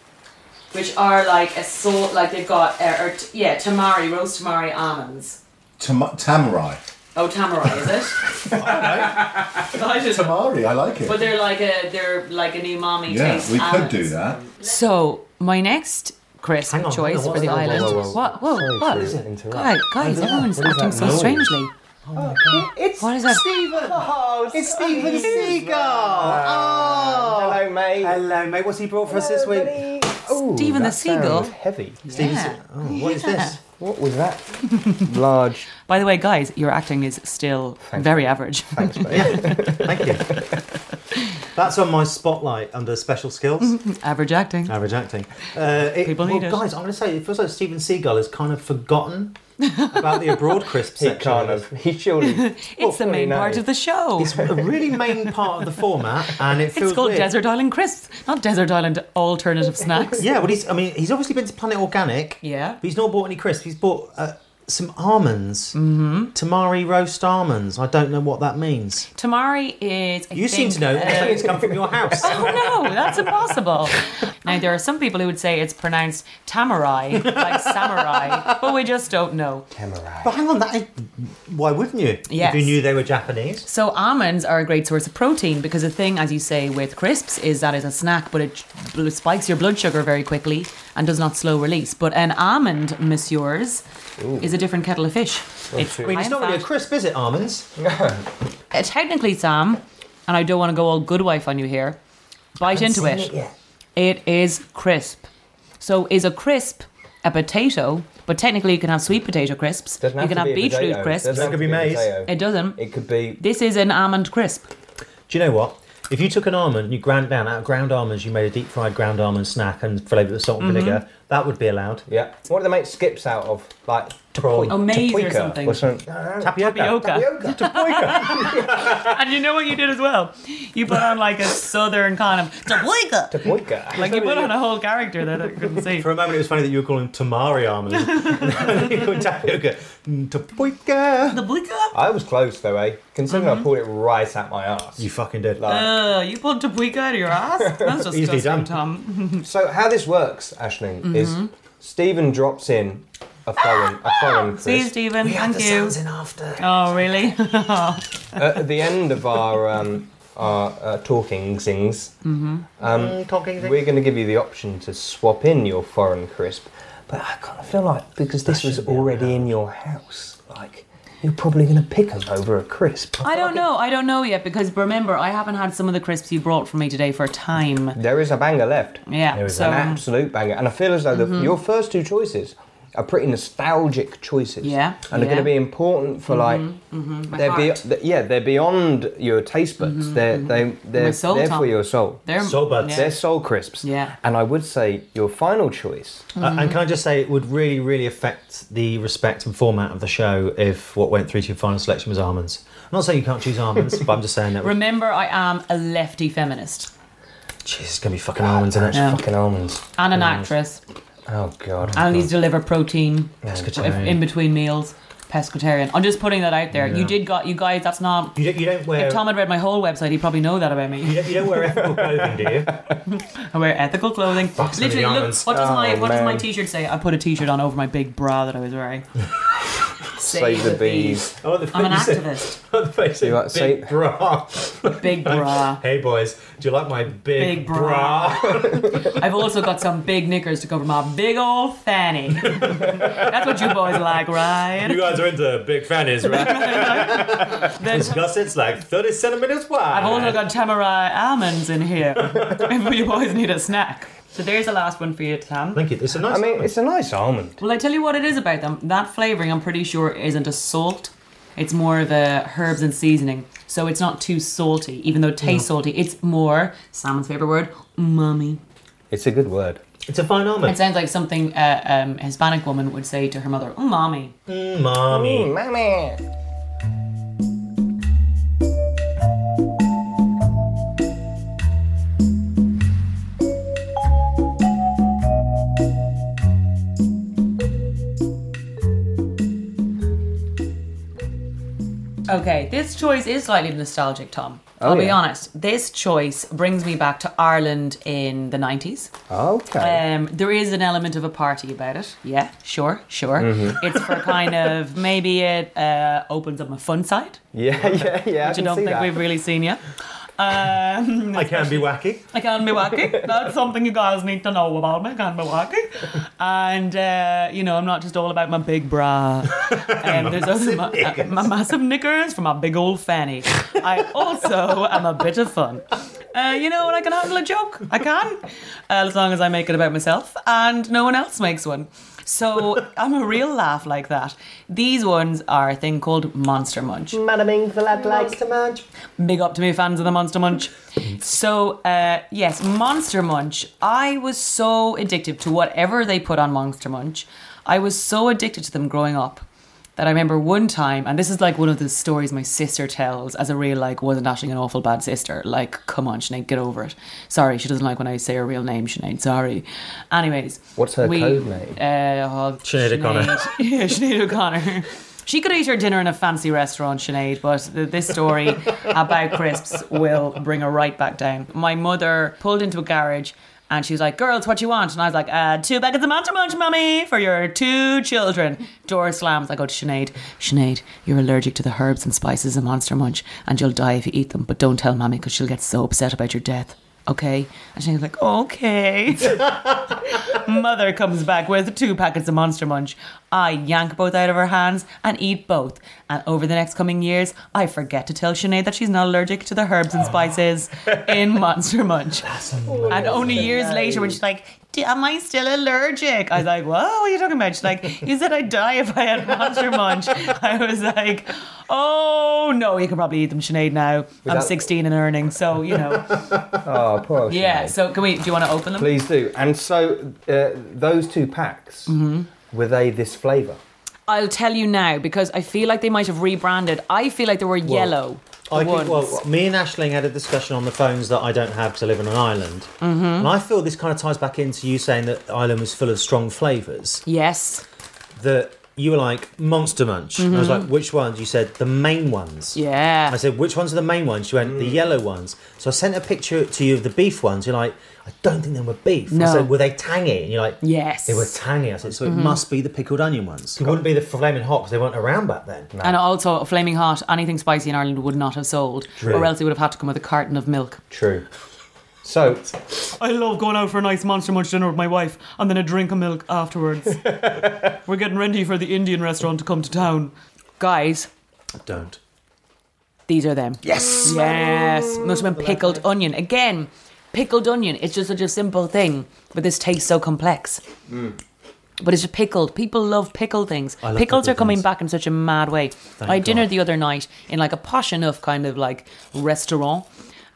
S4: which are like a salt, like they've got, uh, or t- yeah, tamari roast tamari almonds.
S7: Tam- tamarai.
S4: Oh, tamari is it? I just-
S7: Tamari, I like it.
S4: but they're like a they're like an umami
S7: yeah,
S4: taste.
S7: we could
S4: almonds.
S7: do that.
S4: So my next crisp
S3: Hang on,
S4: choice
S3: hang on,
S4: for the
S3: whoa, whoa,
S4: island.
S3: whoa, whoa.
S4: What? Whoa!
S2: Sorry
S4: what?
S2: to interrupt.
S4: Guys, guys, everyone's
S2: What is
S4: acting
S2: that
S4: so
S2: noise?
S4: strangely.
S2: It's
S4: What is that?
S2: Stephen. Oh,
S3: It's Stephen Seagal. Oh,
S2: hello, mate.
S3: hello, mate. What's he brought for us this week?
S2: Ooh,
S4: Stephen the
S2: that sound
S4: Seagull?
S2: was Heavy.
S4: Yeah.
S3: Oh, what is this?
S2: What was that? Large.
S4: By the way, guys, your acting is still very average.
S2: Thanks, mate.
S3: Thank you. That's on my spotlight under special skills.
S4: average acting.
S3: Average acting. Uh, it,
S4: People
S3: well,
S4: need it.
S3: guys, I'm going to say it feels like Steven Seagal has kind of forgotten about the abroad crisp
S2: he
S3: section.
S2: can't have. He surely.
S4: It's the main part of the show.
S3: It's a really main part of the format, and it feels
S4: It's called
S3: weird.
S4: Desert Island Crisps, not Desert Island Alternative Snacks.
S3: Yeah, but he's. I mean, he's obviously been to Planet Organic.
S4: Yeah.
S3: But he's not bought any crisps. He's bought uh, some almonds. Mm-hmm. Tamari roast almonds. I don't know what that means.
S4: Tamari is. I
S3: You seem
S4: think,
S3: to know.
S4: uh,
S3: I think it's come from your house.
S4: oh no, that's impossible. Now there are some people who would say it's pronounced tamarai, like samurai, but we just don't know.
S3: But hang on, that. Why wouldn't you?
S4: Yes.
S3: If you knew they were Japanese.
S4: So almonds are a great source of protein because the thing, as you say, with crisps is that it's a snack, but it bl- spikes your blood sugar very quickly and does not slow release. But an almond, messieurs, is a different kettle of fish. It's,
S3: I mean, it's
S4: in
S3: not really a
S4: fact-
S3: crisp, is it? Almonds.
S4: Uh, technically, Sam, and I don't want to go all good wife on you here. Bite into it. It is crisp. So is a crisp a potato? But technically, you can have sweet potato crisps.
S2: Doesn't
S4: you
S2: have
S4: can
S2: to
S4: have
S2: be a
S4: beetroot
S2: potato.
S4: crisps.
S2: Doesn't have
S3: could
S2: to
S3: be
S2: a
S3: maize.
S2: potato.
S4: it doesn't.
S2: It could be.
S4: this is an almond crisp.
S3: Do you know what? If you took an almond and you ground down out of ground almonds, you made a deep fried ground almond snack and flavoured with salt and
S4: Mm-hmm.
S3: vinegar, that would be allowed.
S2: Yeah. What do they make skips out of? Like prawn.
S4: Oh, maize or
S2: tapioca
S4: something.
S2: Or something.
S3: Tapioca.
S4: Tapioca.
S2: Tapioca.
S4: And you know what you did as well? You put on like a southern kind of tapioca.
S2: Tapioca.
S4: Like you put on a whole character that I couldn't see.
S3: For a moment, it was funny that you were calling tamari almonds. you called tapioca. Mm, Tapioca.
S4: Tapioca?
S2: I was close though, eh? Considering I pulled it right out my ass.
S3: You fucking did.
S4: Uh, you pulled tapioca out of your ass? That's just
S3: Easily done.
S4: Tom.
S2: So how this works, Ashling, is Stephen drops in a foreign, a foreign
S4: See you,
S2: crisp
S4: Stephen. Thank
S3: the
S4: you.
S3: sounds in after.
S4: Oh, really?
S2: at the end of our um, our uh, talking zings.
S3: Mm, Talking thing.
S2: We're going to give you the option to swap in your foreign crisp, but I kind of feel like because this was already in your house, like you're probably going to pick 'em over a crisp.
S4: I don't know. I don't know yet because remember, I haven't had some of the crisps you brought for me today for a time.
S2: There is a banger left.
S4: Yeah,
S2: there is
S4: so- um, Mm-hmm.
S2: an absolute banger, and I feel as though the, your first two choices are pretty nostalgic choices.
S4: Yeah,
S2: and they're
S4: yeah.
S2: going
S4: Mm-hmm,
S2: to be important for like they're be,
S4: heart. Mm-hmm,
S2: th- yeah they're beyond your taste buds. They're they they're,
S4: My soul,
S2: they're
S4: Tom.
S2: for your soul.
S4: They're,
S3: So bad.
S4: yeah.
S2: They're soul crisps.
S4: Yeah.
S2: and I would say your final choice.
S3: Uh, and can I just say, it would really, really affect the respect and format of the show if what went through to your final selection was almonds. I'm not saying you can't choose almonds, but I'm just saying that. would-
S4: Remember, I am a lefty feminist
S3: Jeez, it's going to be fucking almonds in it.
S2: Fucking almonds.
S4: and an actress
S2: Oh god.
S4: and he's deliver protein
S2: Pescatarian.
S4: in between meals. Pescatarian. I'm just putting that out there. You did got you guys. That's not.
S3: You don't, you don't wear.
S4: If Tom had read my whole website, he'd probably know that about me.
S3: you don't, you don't wear ethical clothing, do you?
S4: I wear ethical clothing.
S3: Box of
S4: Literally,
S3: the
S4: look, what
S3: almonds.
S4: does my
S2: Oh,
S4: what does my
S2: man.
S4: t-shirt say? I put a t-shirt on over my big bra that I was wearing.
S2: Save the bees.
S3: I like the
S4: I'm an
S3: face-
S4: activist.
S3: I like the face
S2: You
S3: of
S2: like- say-
S3: big bra.
S4: Big bra.
S3: Hey boys, do you like my big,
S4: Big
S3: bra?
S4: I've also got some big knickers to cover my big old fanny. That's what you boys like,
S3: you
S4: right?
S3: guys are into big fannies, right?
S4: Then-
S3: Gusset's like 30 centimeters wide.
S4: I've also got tamarai almonds in here. if you boys need a snack. So there's the last one for you, Tom.
S3: Thank you. It's a nice.
S2: I mean, it's a nice almond.
S4: Well, I tell you what it is about them. That flavoring, I'm pretty sure, isn't a salt. It's more of a herbs and seasoning, so it's not too salty. Even though it tastes salty, it's more salmon's favorite word, umami.
S2: It's a good word.
S3: it's a fine
S4: It
S3: almond.
S4: sounds like something uh, um, Hispanic woman would say to her mother, umami.
S3: Mm, Mommy.
S2: Mammy.
S4: Okay, this choice is slightly nostalgic, Tom. I'll be
S2: Oh, yeah.
S4: honest. This choice brings me back to Ireland in the 90s.
S2: Okay.
S4: Um, there is an element of a party about it. Yeah, sure, sure.
S2: Mm-hmm.
S4: It's for kind of maybe it uh, opens up a fun side,
S2: yeah, yeah, yeah. I
S4: which I,
S2: can
S4: don't
S2: see
S4: think
S2: that.
S4: we've really seen yet. Um,
S3: I can be wacky.
S4: I can't be wacky. That's something you guys need to know about me. I can't be wacky. And, uh, you know, I'm not just all about my big bra. Um, there's also my, uh, my massive knickers for my big old fanny. I also am a bit of fun. Uh, you know, and I can handle a joke. I can. Uh, as long as I make it about myself and no one else makes one. So I'm a real laugh like that. These ones are a thing called Monster Munch. Big up to me, fans of the Monster Munch. So, uh, yes, Monster Munch. I was so addicted to whatever they put on Monster Munch. I was so addicted to them growing up that I remember one time, and this is like one of the stories my sister tells as a real, like, wasn't actually an awful bad sister. Like, come on, Sinead, get over it. Sorry, she doesn't like when I say her real name, Sinead. Sorry. Anyways.
S2: What's her code name?
S4: Uh, oh,
S3: Sinead O'Connor.
S4: yeah, Sinead O'Connor. She could eat her dinner in a fancy restaurant, Sinead, but th- this story about crisps will bring her right back down. My mother pulled into a garage and she was like, Girls, what you want? And I was like, uh, Two packets of Monster Munch, mummy, for your two children. Door slams. I go to Sinead, Sinead, you're allergic to the herbs and spices of Monster Munch and you'll die if you eat them, but don't tell mummy because she'll get so upset about your death. Okay? And Sinead's like, Okay mother comes back with two packets of Monster Munch. I yank both out of her hands and eat both. And over the next coming years, I forget to tell Sinead that she's not allergic to the herbs and spices in Monster Munch. and only years later, when she's like, "D- Am I still allergic? I was like, What? What are you talking about? She's like, You said I'd die if I had Monster Munch. I was like, Oh no, you can probably eat them, Sinead, now. I'm
S2: Without-
S4: 16 and earning, so, you know.
S2: Oh, poor old
S4: Yeah,
S2: Sinead.
S4: so can we, do you want to open them?
S2: Please do. And so, uh, those two packs
S4: Mm-hmm.
S2: were they this flavour?
S4: I'll tell you now because I feel like they might have rebranded. I feel like they were yellow.
S3: I
S4: the
S3: think, well,
S4: ones.
S3: me and Ashling had a discussion on the phones that I don't have because I live on an island. Mm-hmm. And I feel this kind of ties back into you saying that Ireland was full of strong flavours.
S4: yes,
S3: That you were like, Monster Munch. And I was like, which ones? You said, the main ones.
S4: yeah.
S3: I said, which ones are the main ones? She went, the yellow ones. So I sent a picture to you of the beef ones. You're like, I don't think they were beef.
S4: No.
S3: I said, were they tangy? And you're like,
S4: Yes.
S3: They were tangy. I said, so it must be the pickled onion ones. It wouldn't be the flaming hot because they weren't around back then.
S4: and also, flaming hot, anything spicy in Ireland would not have sold,
S3: True.
S4: or else they would have had to come with a carton of milk.
S2: True. So,
S4: I love going out for a nice monster munch dinner with my wife, and then a drink of milk afterwards. we're getting ready for the Indian restaurant to come to town, guys.
S3: Don't.
S4: These are them. Yes. Yes. Must have been pickled onion. Again, pickled onion. It's just such a simple thing, but this tastes so complex. But it's pickled. People love pickled things.
S3: love
S4: Pickles are
S3: pickled
S4: coming
S3: things.
S4: back in such a mad way. I had dinner
S3: God.
S4: the other night in like a posh enough kind of like restaurant,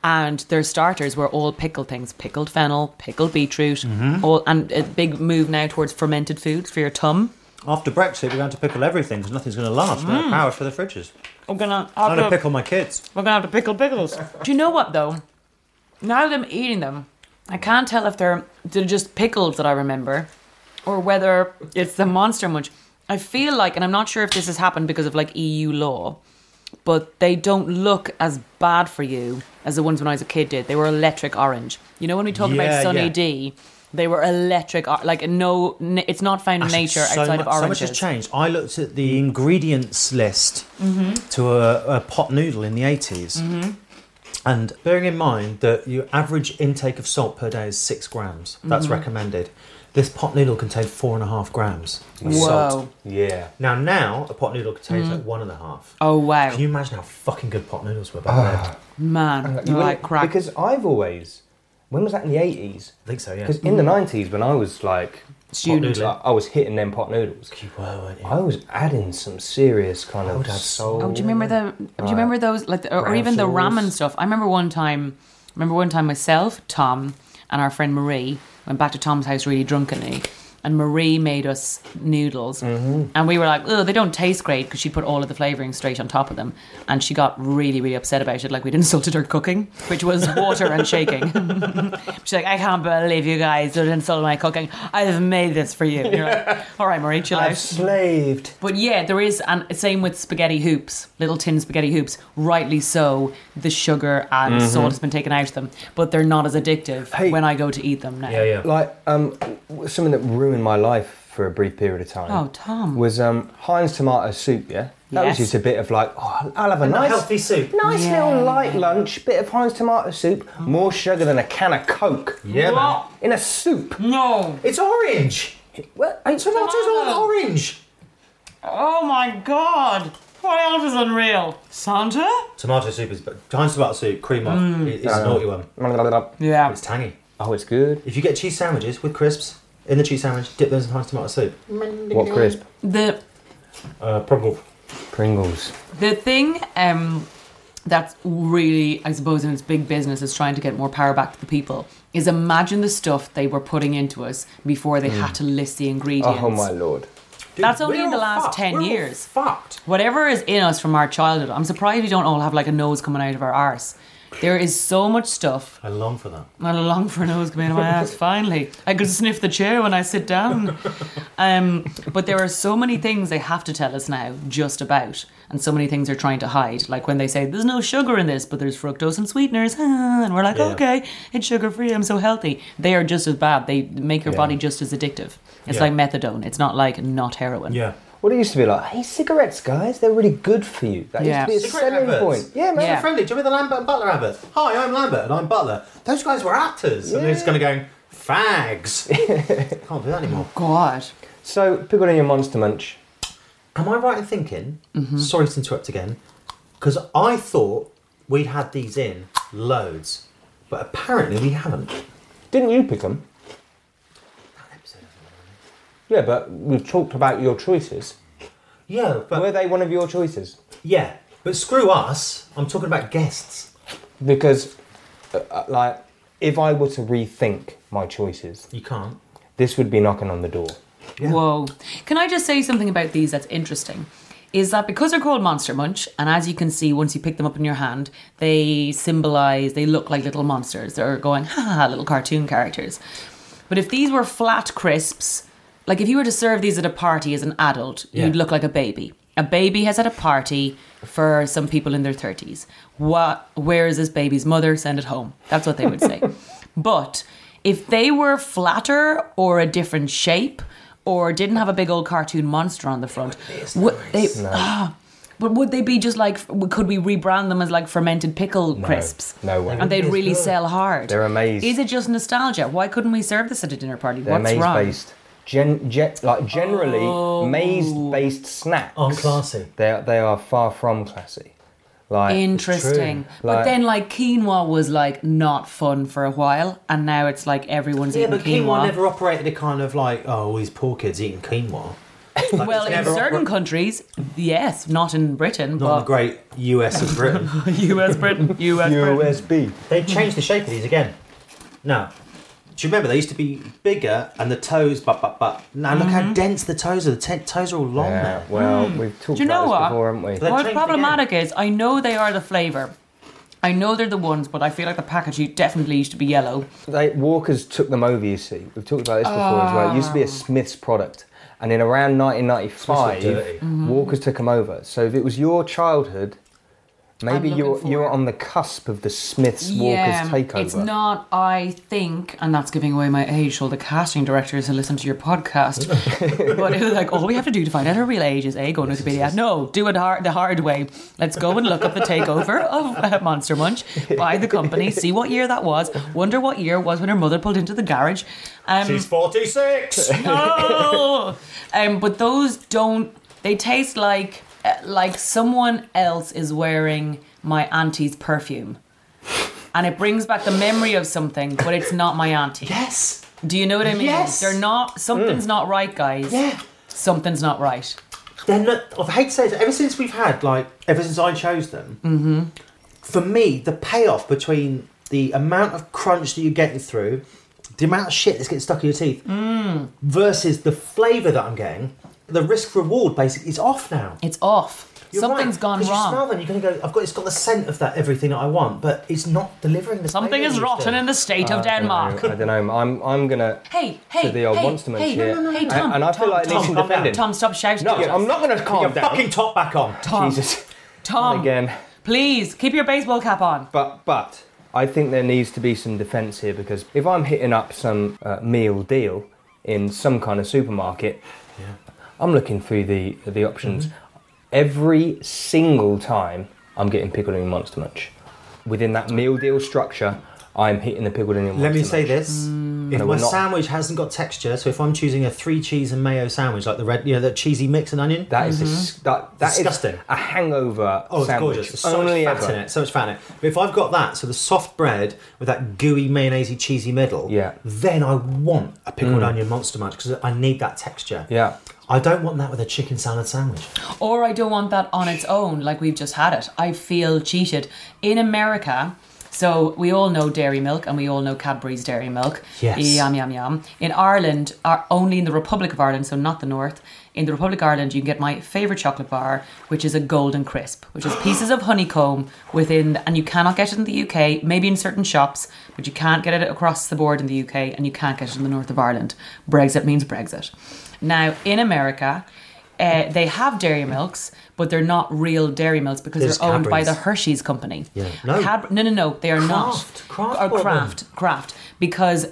S4: and their starters were all pickled things: pickled fennel, pickled beetroot,
S3: Mm-hmm.
S4: all, and a big move now towards fermented foods for your tum.
S3: After Brexit, we're going to pickle everything because nothing's going to last. We're going
S4: Mm.
S3: to power for the fridges.
S4: I'm gonna.
S3: I'm going to pickle my kids.
S4: We're gonna have to pickle pickles. Do you know what though? Now that I'm eating them, I can't tell if they're they're just pickles that I remember, or whether it's the monster munch. I feel like, and I'm not sure if this has happened because of like EU law, but they don't look as bad for you as the ones when I was a kid did. They were electric orange. You know, when we talk
S3: Yeah,
S4: about Sunny
S3: yeah.
S4: D, they were electric, or- like no, n- it's not found in
S3: Actually,
S4: nature
S3: so
S4: outside
S3: mu-
S4: of oranges. Mm-hmm.
S3: So much has changed. I looked at the ingredients list to a, a pot noodle in the 80s.
S4: Mm-hmm.
S3: And bearing in mind that your average intake of salt per day is six grams, that's
S4: Mm-hmm.
S3: recommended. This pot noodle contained four and a half grams of
S4: Whoa.
S3: salt.
S2: Yeah.
S3: Now, now a pot noodle contains like one and a half.
S4: Mm-hmm. Oh, wow.
S3: Can you imagine how fucking good pot noodles were back
S2: Ah.
S3: then?
S4: Man,
S2: Uh, You
S4: you
S2: wouldn't-
S4: like crack.
S2: Because I've always. When was that in the 80s?
S3: I think so, yeah.
S2: Because in the
S4: Mm-hmm.
S2: 90s, when I was like.
S4: Student.
S2: I, I was hitting them pot noodles.
S3: You were, weren't you?
S2: I was adding some serious kind of
S3: would add
S2: soul.
S4: Oh, do you remember the? Do you remember those like, the, or, or
S2: Brown
S4: even the
S2: sauce.
S4: ramen stuff? I remember one time. Remember one time myself, Tom, and our friend Marie went back to Tom's house really drunkenly, and Marie made us noodles, and we were like, "Oh, they don't taste great," because she put all of the flavoring straight on top of them, and she got really, really upset about it, like we'd insulted her cooking, which was water and shaking. She's like, "I can't believe you guys would insult my cooking. I've made this for you." And you're like, "All right, Marie, chill
S2: I've
S4: out."
S2: slaved.
S4: But yeah, there is, and same with spaghetti hoops, little tin spaghetti hoops. Rightly so, the sugar and salt has been taken out of them, but they're not as addictive
S2: Mm-hmm. Hey.
S4: when I go to eat them now.
S3: Yeah, yeah.
S2: Like, um, w- something that ruined my life for a brief period of time.
S4: Oh, Tom.
S2: Was um, Heinz tomato soup, yeah? That was
S4: Yes.
S2: just a bit of like, oh, I'll have a
S3: A
S2: nice.
S3: healthy soup.
S2: Nice little light lunch, bit of Heinz tomato soup, more sugar than a can of Coke.
S3: Yeah, man.
S2: In a soup.
S4: No.
S3: It's orange.
S2: Well, Heinz tomatoes
S3: Tomatoes
S2: are
S3: are
S2: orange.
S3: orange.
S4: Oh my god. What else is unreal? Santa?
S3: Tomato soup is, but Heinz tomato soup, cream up,
S4: Mm.
S3: it's a naughty one.
S4: Yeah.
S3: It's tangy.
S2: Oh, it's good.
S3: If you get cheese sandwiches with crisps in the cheese sandwich, dip those in Heinz tomato soup.
S2: What crisp?
S4: The
S3: Uh, Pringle.
S2: Pringles.
S4: the thing um, that's really, I suppose, in its big business is trying to get more power back to the people. Is imagine the stuff they were putting into us before they had to list the ingredients.
S2: Mm. Oh my lord.
S4: That's only in the
S3: we're all
S4: last
S3: fucked.
S4: 10
S3: We're all
S4: years.
S3: Fucked.
S4: whatever is in us from our childhood, I'm surprised we don't all have like a nose coming out of our arse. There is so much stuff.
S3: I long for that.
S4: I long for a nose coming out of my ass. Finally, I could sniff the chair when I sit down. Um, but there are so many things they have to tell us now, just about, and so many things they're trying to hide. Like when they say there's no sugar in this, but there's fructose and sweeteners, ah," and we're like,
S3: Yeah.
S4: okay, it's sugar free. I'm so healthy. They are just as bad. They make your body just as addictive. It's
S3: Yeah.
S4: like methadone. It's not like not heroin.
S3: Yeah.
S2: What it used to be like, hey, cigarettes, guys, they're really good for you. That
S4: Yeah.
S2: used to be a
S3: Cigarette
S2: selling
S3: adverts.
S2: point. Yeah, man.
S4: Yeah.
S3: Friendly, do you remember the Lambert and Butler adverts? Hi, I'm Lambert and I'm Butler. Those guys were actors. And they're just kind of going, fags. Can't do that anymore.
S4: God.
S2: So, pickle in your monster munch.
S3: Am I right in thinking? Sorry to interrupt again, because I thought we'd had these in loads, but apparently we haven't.
S2: Didn't you pick them? Yeah, but we've talked about your choices.
S3: Yeah, but
S2: Were they one of your choices?
S3: yeah, but screw us. I'm talking about guests.
S2: Because, uh, uh, like, if I were to rethink my choices,
S3: You can't.
S2: this would be knocking on the door.
S4: Whoa. Can I just say something about these that's interesting? Is that because they're called Monster Munch, and as you can see, once you pick them up in your hand, they symbolize, they look like little monsters. They're going, ha ha, ha, little cartoon characters. But if these were flat crisps, like if you were to serve these at a party as an adult, you'd look like a baby. A baby has had a party for some people in their 30s. What, where is this baby's mother? Send it home. That's what they would say. but if they were flatter or a different shape or didn't have a big old cartoon monster on the front, would they, Ah, but would they be just like, could we rebrand them as like fermented pickle crisps?
S2: no way.
S4: And they'd
S3: It's
S4: really
S3: good.
S4: sell hard.
S2: They're amazing.
S4: Is it just nostalgia? Why couldn't we serve this at a dinner party?
S2: They're
S4: What's
S2: maize
S4: wrong? Oh.
S2: based. Gen, gen, like generally, maize based snacks
S3: Aren't classy.
S2: They are, they are far from classy. Like
S4: Interesting.
S2: True.
S4: But
S2: Like-
S4: then, like, quinoa was like not fun for a while, and now it's like everyone's
S3: Yeah,
S4: eating
S3: but quinoa, never operated a kind of like oh, all these poor kids eating quinoa. Like,
S4: well,
S3: it's
S4: in
S3: never
S4: certain
S3: opera-
S4: countries, yes, not in Britain,
S3: not in the
S4: but
S3: great U.S. and Britain.
S4: US Britain, US Britain.
S2: USB.
S3: They changed the shape of these again. Now, do you remember they used to be bigger and the toes, but but but now look
S4: Mm-hmm.
S3: how dense the toes are. The te- toes are all long
S2: Yeah,
S3: now.
S2: well, we've talked
S4: Hmm. Do you
S2: about
S4: know
S2: this
S4: what?
S2: before, haven't we?
S3: They're
S4: What's
S3: changed
S4: problematic is I know they are the flavour, I know they're the ones, but I feel like the packaging definitely used to be yellow.
S2: They, Walkers took them over, you see. We've talked about this before as well. It used
S4: Ah.
S2: to be a Smith's product. And in around
S3: Smiths were dirty.
S2: 1995, Walkers took them over. So if it was your childhood, maybe
S4: I'm
S2: you were,
S4: looking
S2: you were
S4: for it.
S2: on the cusp of the Smiths
S4: yeah,
S2: Walkers takeover.
S4: it's not. I think, and that's giving away my age to all the casting directors who listen to your podcast. but it was like, all we have to do to find out our real age is a go on Wikipedia. No, do it hard, the hard way. Let's go and look up the takeover of uh, Monster Munch by the company. See what year that was. Wonder what year it was when her mother pulled into the garage. Um,
S3: She's 46!
S4: no. um, but those don't. They taste like uh, like someone else is wearing my auntie's perfume, and it brings back the memory of something, but it's not my auntie.
S3: yes!
S4: Do you know what I mean?
S3: Yes.
S4: They're not. Something's
S2: Mm.
S4: not right, guys.
S3: Yeah.
S4: Something's not right.
S3: Then look, I hate to say this, ever since we've had, like, ever since I chose them, mm-hmm. for me, the payoff between the amount of crunch that you're getting through, the amount of shit that's getting stuck in your teeth,
S4: Mm.
S3: versus the flavour that I'm getting, the risk reward basically is off now.
S4: It's off.
S3: You're
S4: Something's
S3: right,
S4: gone
S3: 'cause
S4: wrong.
S3: You smell them, you're going to go. I've got. It's got the scent of that everything that I want, but it's not delivering the.
S4: Something is rotten in the state of Denmark.
S2: I don't know. I'm, I'm going to.
S4: Hey, hey,
S2: To the old
S4: hey,
S2: monster munch
S4: hey,
S2: here.
S4: no, no, no,
S2: And-
S4: Tom,
S2: and I feel
S4: Tom,
S2: like it needs
S4: Tom, calm
S2: some
S4: down.
S2: defending.
S4: Tom, stop shouting.
S2: No,
S4: at us.
S2: I'm not going to
S3: Put your
S2: calm down.
S3: fucking top back on.
S4: Tom,
S2: Jesus.
S4: Tom,
S2: Again.
S4: Please keep your baseball cap on.
S2: But but I think there needs to be some defence here because if I'm hitting up some uh, meal deal in some kind of supermarket, I'm looking through the the options.
S3: Mm-hmm.
S2: Every single time I'm getting pickled onion monster munch. Within that meal deal structure, I'm hitting the pickled onion.
S3: Let
S2: monster
S3: me say
S2: munch.
S3: this: if
S2: Mm. No,
S3: my
S2: we're not.
S3: sandwich hasn't got texture, so if I'm choosing a three cheese and mayo sandwich, like the red, you know, that cheesy mix and onion,
S2: That is dis- that that is
S3: Mm-hmm. Disgusting.
S2: a hangover
S3: oh, it's
S2: sandwich.
S3: gorgeous. There's so
S2: Only
S3: much fat
S2: ever.
S3: in it. So much fat in it. But if I've got that, so the soft bread with that gooey mayonnaisey cheesy middle,
S2: Yeah. Mm.
S3: then I want a pickled onion monster munch because I need that texture.
S2: Yeah.
S3: I don't want that with a chicken salad sandwich.
S4: or I don't want that on its own, like we've just had it. I feel cheated. In America, so we all know dairy milk and we all know Cadbury's dairy milk.
S3: Yes.
S4: Yum, yum, yum. In Ireland, are only in the Republic of Ireland, so not the North, in the Republic of Ireland, you can get my favourite chocolate bar, which is a golden crisp, which is pieces of honeycomb within, and you cannot get it in the UK, maybe in certain shops, but you can't get it across the board in the UK and you can't get it in the North of Ireland. Brexit means Brexit. Now, in America, uh, they have dairy milks, but they're not real dairy milks because
S3: There's
S4: they're owned by
S3: Cadbury's.
S4: the Hershey's company.
S3: Yeah. No.
S4: Cadb- no, no, no, they are
S3: Kraft.
S4: not.
S3: Kraft
S4: or
S3: bought them.
S4: craft, craft, because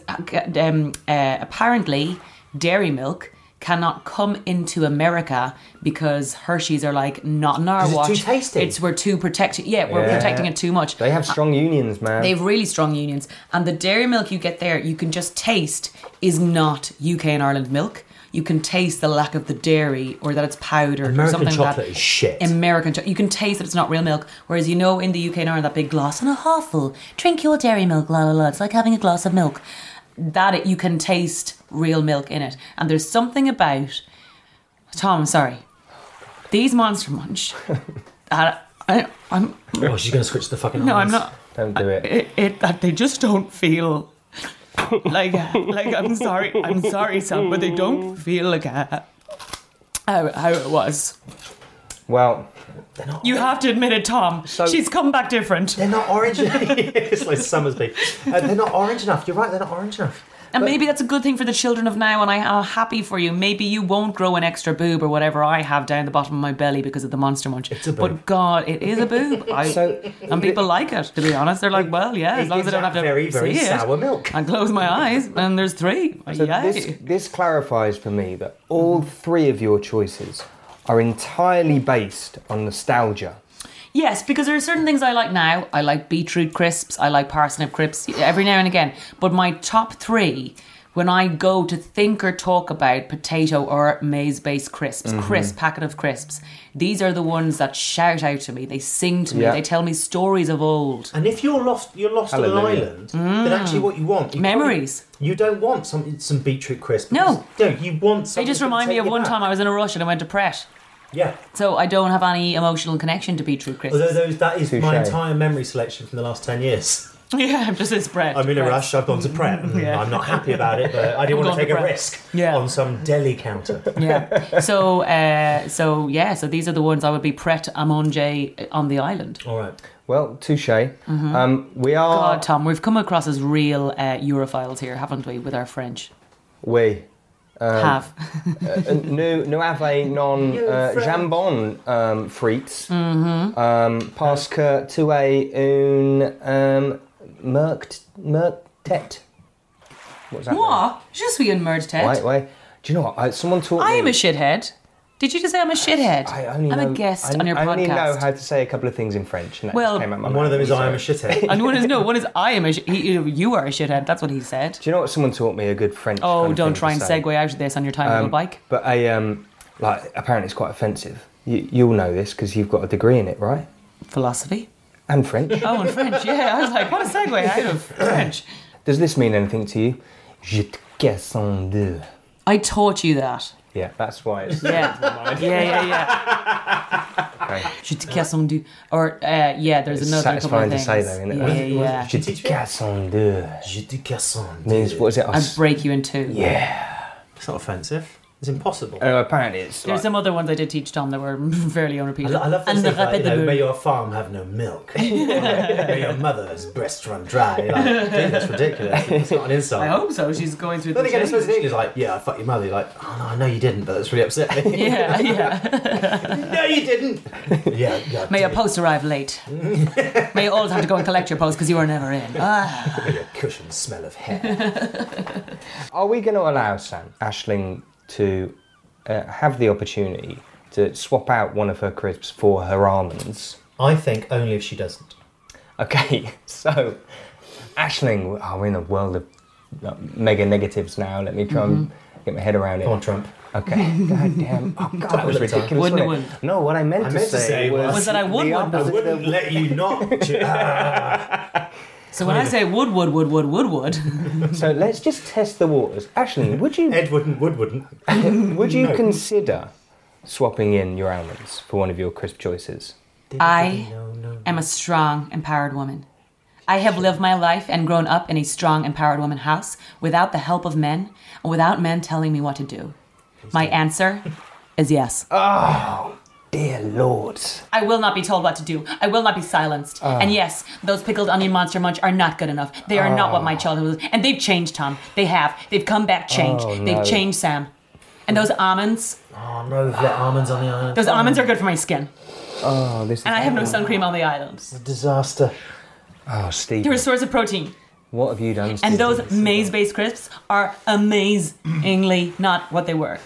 S4: um, uh, apparently dairy milk cannot come into America because Hershey's are like not in our
S3: it's
S4: watch.
S3: too tasty.
S4: It's we're too protecting. Yeah, we're
S2: Yeah.
S4: protecting it too much.
S2: They have strong unions, man.
S4: They've really strong unions, and the dairy milk you get there, you can just taste is not UK and Ireland milk. You can taste the lack of the dairy, or that it's powdered, or
S3: American
S4: something like
S3: chocolate
S4: that.
S3: is shit.
S4: American chocolate, you can taste that it's not real milk. Whereas you know in the UK and Ireland that big glass and a half full, drink your dairy milk, la la la. It's like having a glass of milk. That it, you can taste real milk in it, and there's something about Tom. Sorry, these Monster Munch. I, I, I'm
S3: oh, she's going to switch to the fucking.
S4: no, I'm
S3: eyes.
S4: not
S2: Don't do it.
S4: it, it that they just don't feel like a, like I'm sorry, I'm sorry, Sam, but they don't feel like a, how, how it was.
S2: Well,
S4: You have to admit it, Tom. She's come back different,
S3: They're not orange. it's like Summersby. Uh, they're not orange enough. You're right. They're not orange enough.
S4: and maybe that's a good thing for the children of now. And I am happy for you. Maybe you won't grow an extra boob or whatever I have down the bottom of my belly because of the monster munch.
S3: It's a boob.
S4: But God, it is a boob. I,
S2: So-
S4: and people like it. To be honest, they're like, well, yeah, as
S3: It
S4: long as I
S3: gives
S4: don't have
S3: out
S4: to
S3: very, very
S4: see it.
S3: sour milk.
S4: I close my eyes and there's three.
S2: So
S4: Yay. Mm-hmm.
S2: this, this clarifies for me that all three of your choices are entirely based on nostalgia.
S4: Yes, because there are certain things I like now. I like beetroot crisps, I like parsnip crisps every now and again. But my top three, when I go to think or talk about potato or maize based crisps, crisp, packet of crisps, these are the ones that shout out to me. They sing to me,
S2: Yeah.
S4: they tell me stories of old.
S3: And if you're lost, you're lost on an
S2: Hallelujah.
S3: island. Then actually, what you want you
S4: Memories.
S3: You don't want some some beetroot crisp.
S4: No.
S3: no. You want.
S4: They
S3: Something
S4: just
S3: that can
S4: remind me
S3: take
S4: of
S3: you
S4: one
S3: back.
S4: time I was in a rush and I went to Pret.
S3: Yeah.
S4: So I don't have any emotional connection to beetroot crisps.
S3: Although those, that is my
S2: Touché.
S3: entire memory selection from the last ten years.
S4: yeah, I'm just this bread.
S3: I'm in a
S4: Pret.
S3: rush. I've gone to prep. And
S4: Yeah.
S3: I'm not happy about it, but I didn't
S4: I'm
S3: want to
S4: going to
S3: take a
S4: Pret.
S3: risk
S4: Yeah.
S3: on some deli counter.
S4: Yeah. So, uh, so yeah. So these are the ones I would be Pret a manger on the island.
S3: All right.
S2: Well, touche. Um, we are.
S4: Mm-hmm. God, Tom, we've come across as real uh, Europhiles here, haven't we, with our French?
S2: We. Um,
S4: Have.
S2: Uh, nous, nous avons non uh, jambon um, frites.
S4: Mm-hmm.
S2: Um, parce que tu es un um, merkt, merktet. What's that?
S4: Moi, je suis un merde
S2: mean?
S4: tête.
S2: Wait, wait. Do you know what? I, someone taught
S4: I
S2: me.
S4: am a shithead. Did you just say I'm a shithead?
S2: I only
S4: am
S2: know,
S4: a guest
S2: I,
S4: on your
S2: I
S4: podcast.
S2: only know how to say a couple of things in French. And that
S4: Well-
S2: just came out my
S3: And one of them
S2: mouth.
S3: is I am a
S2: Sorry.
S3: shithead.
S4: and one is no, one is I am a sh- he, you- you are a shithead. That's what he said.
S2: Do you know what? Someone taught me a good French.
S4: Oh,
S2: kind of thing
S4: don't
S2: to
S4: try and
S2: say.
S4: segue out of this on your tiny little bike.
S2: But a um, like apparently it's quite offensive. You, you'll know this because you've got a degree in it, right?
S4: Philosophy.
S2: And French.
S4: Oh, and French. Yeah, I was like, what a segue out of French.
S2: Does this mean anything to you? Je te casse en deux.
S4: I taught you that.
S2: Yeah, that's why it's
S4: Yeah, yeah, yeah, yeah.
S2: okay.
S4: Je te casse en deux. Or uh, yeah, there's
S2: It's
S4: another couple
S2: satisfying
S4: of things.
S2: to say though, isn't it?
S4: Yeah, yeah, yeah.
S2: Je te casse en deux
S3: Je te casse en deux.
S2: means what is it? I
S4: I
S2: s-
S4: break you in two.
S2: yeah.
S3: It's not offensive. It's impossible.
S2: Oh, apparently it's
S4: There's
S2: like,
S4: some other ones I did teach Tom that were fairly
S3: I,
S4: unrepeatable.
S3: lo- I love
S4: And
S3: this thing, like, you know,
S4: repetible.
S3: may your farm have no milk. may your mother's breast run dry. Like, dude, that's ridiculous. It's not an insult.
S4: I hope so. She's going through.
S3: But
S4: the
S3: then again, it's
S4: change.
S3: supposed to be like, yeah, I fucked your mother. You're like, oh no, I know you didn't, but that's really upset me.
S4: Yeah, yeah.
S3: no, you didn't. yeah, yeah. I
S4: May your
S3: did.
S4: post arrive late. May you always have to go and collect your post because you were never in. Ah.
S3: May your cushion smell of hair.
S2: Are we going to allow Sam Ashling to uh, have the opportunity to swap out one of her crisps for her almonds?
S3: I think only if she doesn't.
S2: Okay, so Ashling, oh, we're in a world of like, mega negatives now. Let me try and get my head around it.
S3: Come on, Trump.
S2: Okay, goddamn. Oh, God, that was
S3: Double time.
S2: ridiculous.
S4: Wouldn't it,
S2: wasn't
S4: wouldn't?
S2: No, what I meant,
S3: I
S2: to,
S3: meant
S2: say was,
S4: was that I would, would,
S2: the
S4: would.
S2: opposite
S3: Wouldn't
S2: of-
S3: let you not. uh,
S4: So when I say wood, wood, wood, wood, wood, wood,
S2: So let's just test the waters. Ashling, would you
S3: Ed wouldn't. Wood wouldn't.
S2: would you consider swapping in your almonds for one of your crisp choices?
S4: I am a strong, empowered woman. I have lived my life and grown up in a strong, empowered woman house without the help of men and without men telling me what to do. My answer is yes.
S2: Dear Lord.
S4: I will not be told what to do. I will not be silenced. and yes, those pickled onion monster munch are not good enough. They are not what my childhood was. And they've changed, Tom. They have. They've come back changed. They've changed, Sam. And those almonds,
S3: Oh no, we've let almonds on the island.
S4: those almonds are good for my skin.
S2: Oh, this is
S4: And I have no sun cream on the islands.
S3: Disaster.
S2: Oh, Steve.
S4: They're a source of protein.
S2: What have you done? Steve?
S4: And those maize based crisps are amazingly not what they were.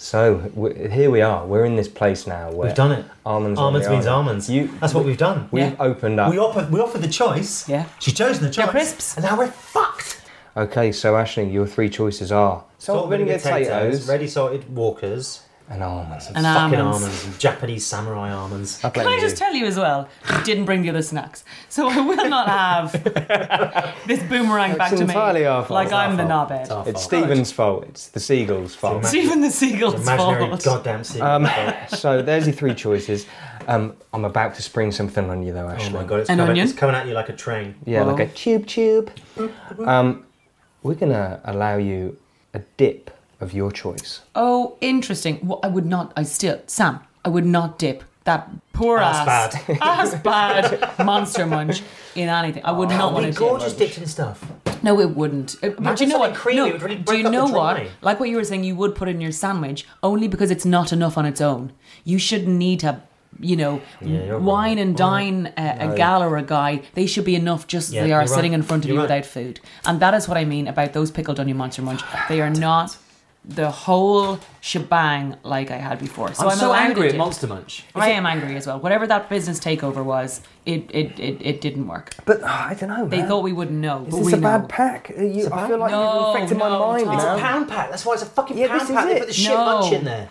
S2: So w- here we are. We're in this place now where
S3: We've done it.
S2: Almonds. on
S3: Almonds
S2: the
S3: means
S2: island.
S3: almonds.
S2: You.
S3: That's what we've done.
S2: We've
S4: Yeah.
S2: opened up.
S3: We offered, we offered the choice.
S4: Yeah.
S3: She chose the choice.
S4: crisps.
S3: And now we're fucked.
S2: Okay, so Ashling, your three choices are salt vinegar potatoes
S3: ready salted walkers,
S2: and almonds.
S4: And
S3: fucking
S4: almonds.
S3: almonds. and Japanese samurai almonds.
S2: I blame
S4: Can I
S2: you.
S4: just tell you as well? I didn't bring the other snacks, so I will not have this boomerang back
S2: It's
S4: to
S2: entirely
S4: me.
S2: our fault.
S4: Like
S2: It's
S4: I'm the
S3: fault. It's
S4: knobhead.
S3: our
S2: It's
S3: fault.
S2: Stephen's fault. It's the seagull's fault.
S4: It's even the seagull's
S3: Imaginary
S4: fault.
S3: goddamn secret.
S4: Um,
S2: so there's your three choices. Um, I'm about to spring something on you though,
S3: oh
S2: Ashling.
S3: my god, it's
S4: An
S3: coming,
S4: onion?
S3: it's coming at you like a train.
S2: Yeah,
S4: Wow.
S2: like a tube tube. Um, we're gonna allow you a dip of your choice.
S4: Oh, interesting. Well, I would not. I still, Sam. I would not dip that poor
S3: Ass
S4: ass, ass bad monster munch in anything. I would not want to dip.
S3: gorgeous dipped in stuff.
S4: No, it wouldn't. Uh, But
S3: Imagine
S4: you know
S3: something
S4: what?
S3: creamy,
S4: no,
S3: it would really
S4: do
S3: break
S4: you
S3: up the
S4: know what?
S3: dry.
S4: Like what you were saying, you would put it in your sandwich only because it's not enough on its own. You shouldn't need to, you know,
S3: you're
S4: wine and dine a, a gal or a guy. They should be enough just
S3: Yeah,
S4: as they are
S3: you're right.
S4: sitting in front of
S3: You're
S4: you
S3: right.
S4: without food. And that is what I mean about those pickled onion monster munch. They are not the whole shebang like I had before. So I'm, allowed to do-
S3: Munch.
S4: I am angry as well. Whatever that business takeover was, it it, it, it didn't work.
S2: But oh, I don't know.
S4: They thought we wouldn't know,
S2: Is
S4: but
S2: this
S4: we
S2: a
S4: know.
S2: bad pack? Uh, You, I feel like
S4: No,
S2: you've infected
S4: no,
S2: my mind
S4: Tom.
S3: It's
S2: now.
S3: a pound pack. That's why it's a fucking
S2: Yeah,
S3: pound
S2: this is
S3: pack.
S2: it.
S3: They put the shit
S4: No.
S3: munch in there.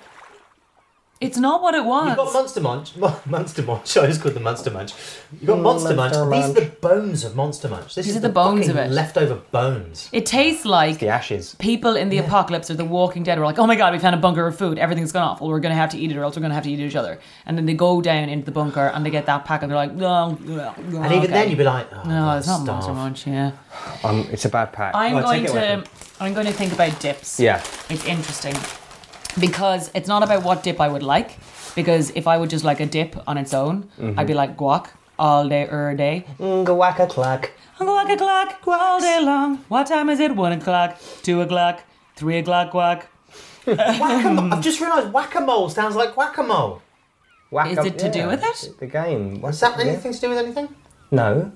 S4: It's not what it was.
S3: You've got Monster Munch. Mon- Monster Munch. I just called them Monster Munch. You've got Monster, Munch.
S2: Monster
S3: These are the bones of Monster Munch. This
S4: These
S3: is
S4: are the bones of
S3: fucking
S4: it.
S3: Leftover bones.
S4: It tastes like
S2: The ashes.
S4: people in the apocalypse or the Walking Dead were like, "Oh my god, we found a bunker of food. Everything's gone off. Well, we're gonna have to eat it, or else we're gonna have to eat each other." And then they go down into the bunker and they get that pack, and they're like, "No." And
S3: And even then, you'd be like, oh,
S4: "No, it's not
S3: starved.
S4: Monster Munch." Yeah,
S2: Um, it's a bad pack.
S4: I'm
S2: Well,
S4: going
S2: take it
S4: to.
S2: with me.
S4: I'm going to think about dips.
S2: Yeah.
S4: it's interesting because
S3: Mm-hmm.
S4: it's not about what dip I would like. Because if I would just like a dip on its own, I'd be like guac. all day, er day.
S2: Ngawaka clack.
S4: Go walk a clock go all day long. What time is it? One o'clock, two o'clock, three o'clock, quack.
S3: Whack-a-mole. I've just realised whack-a-mole sounds like whack-a-mole.
S2: Whack
S4: Is
S2: up-
S4: it to do with it?
S2: The game.
S3: Is that
S2: Yeah.
S3: anything to do with anything?
S2: No.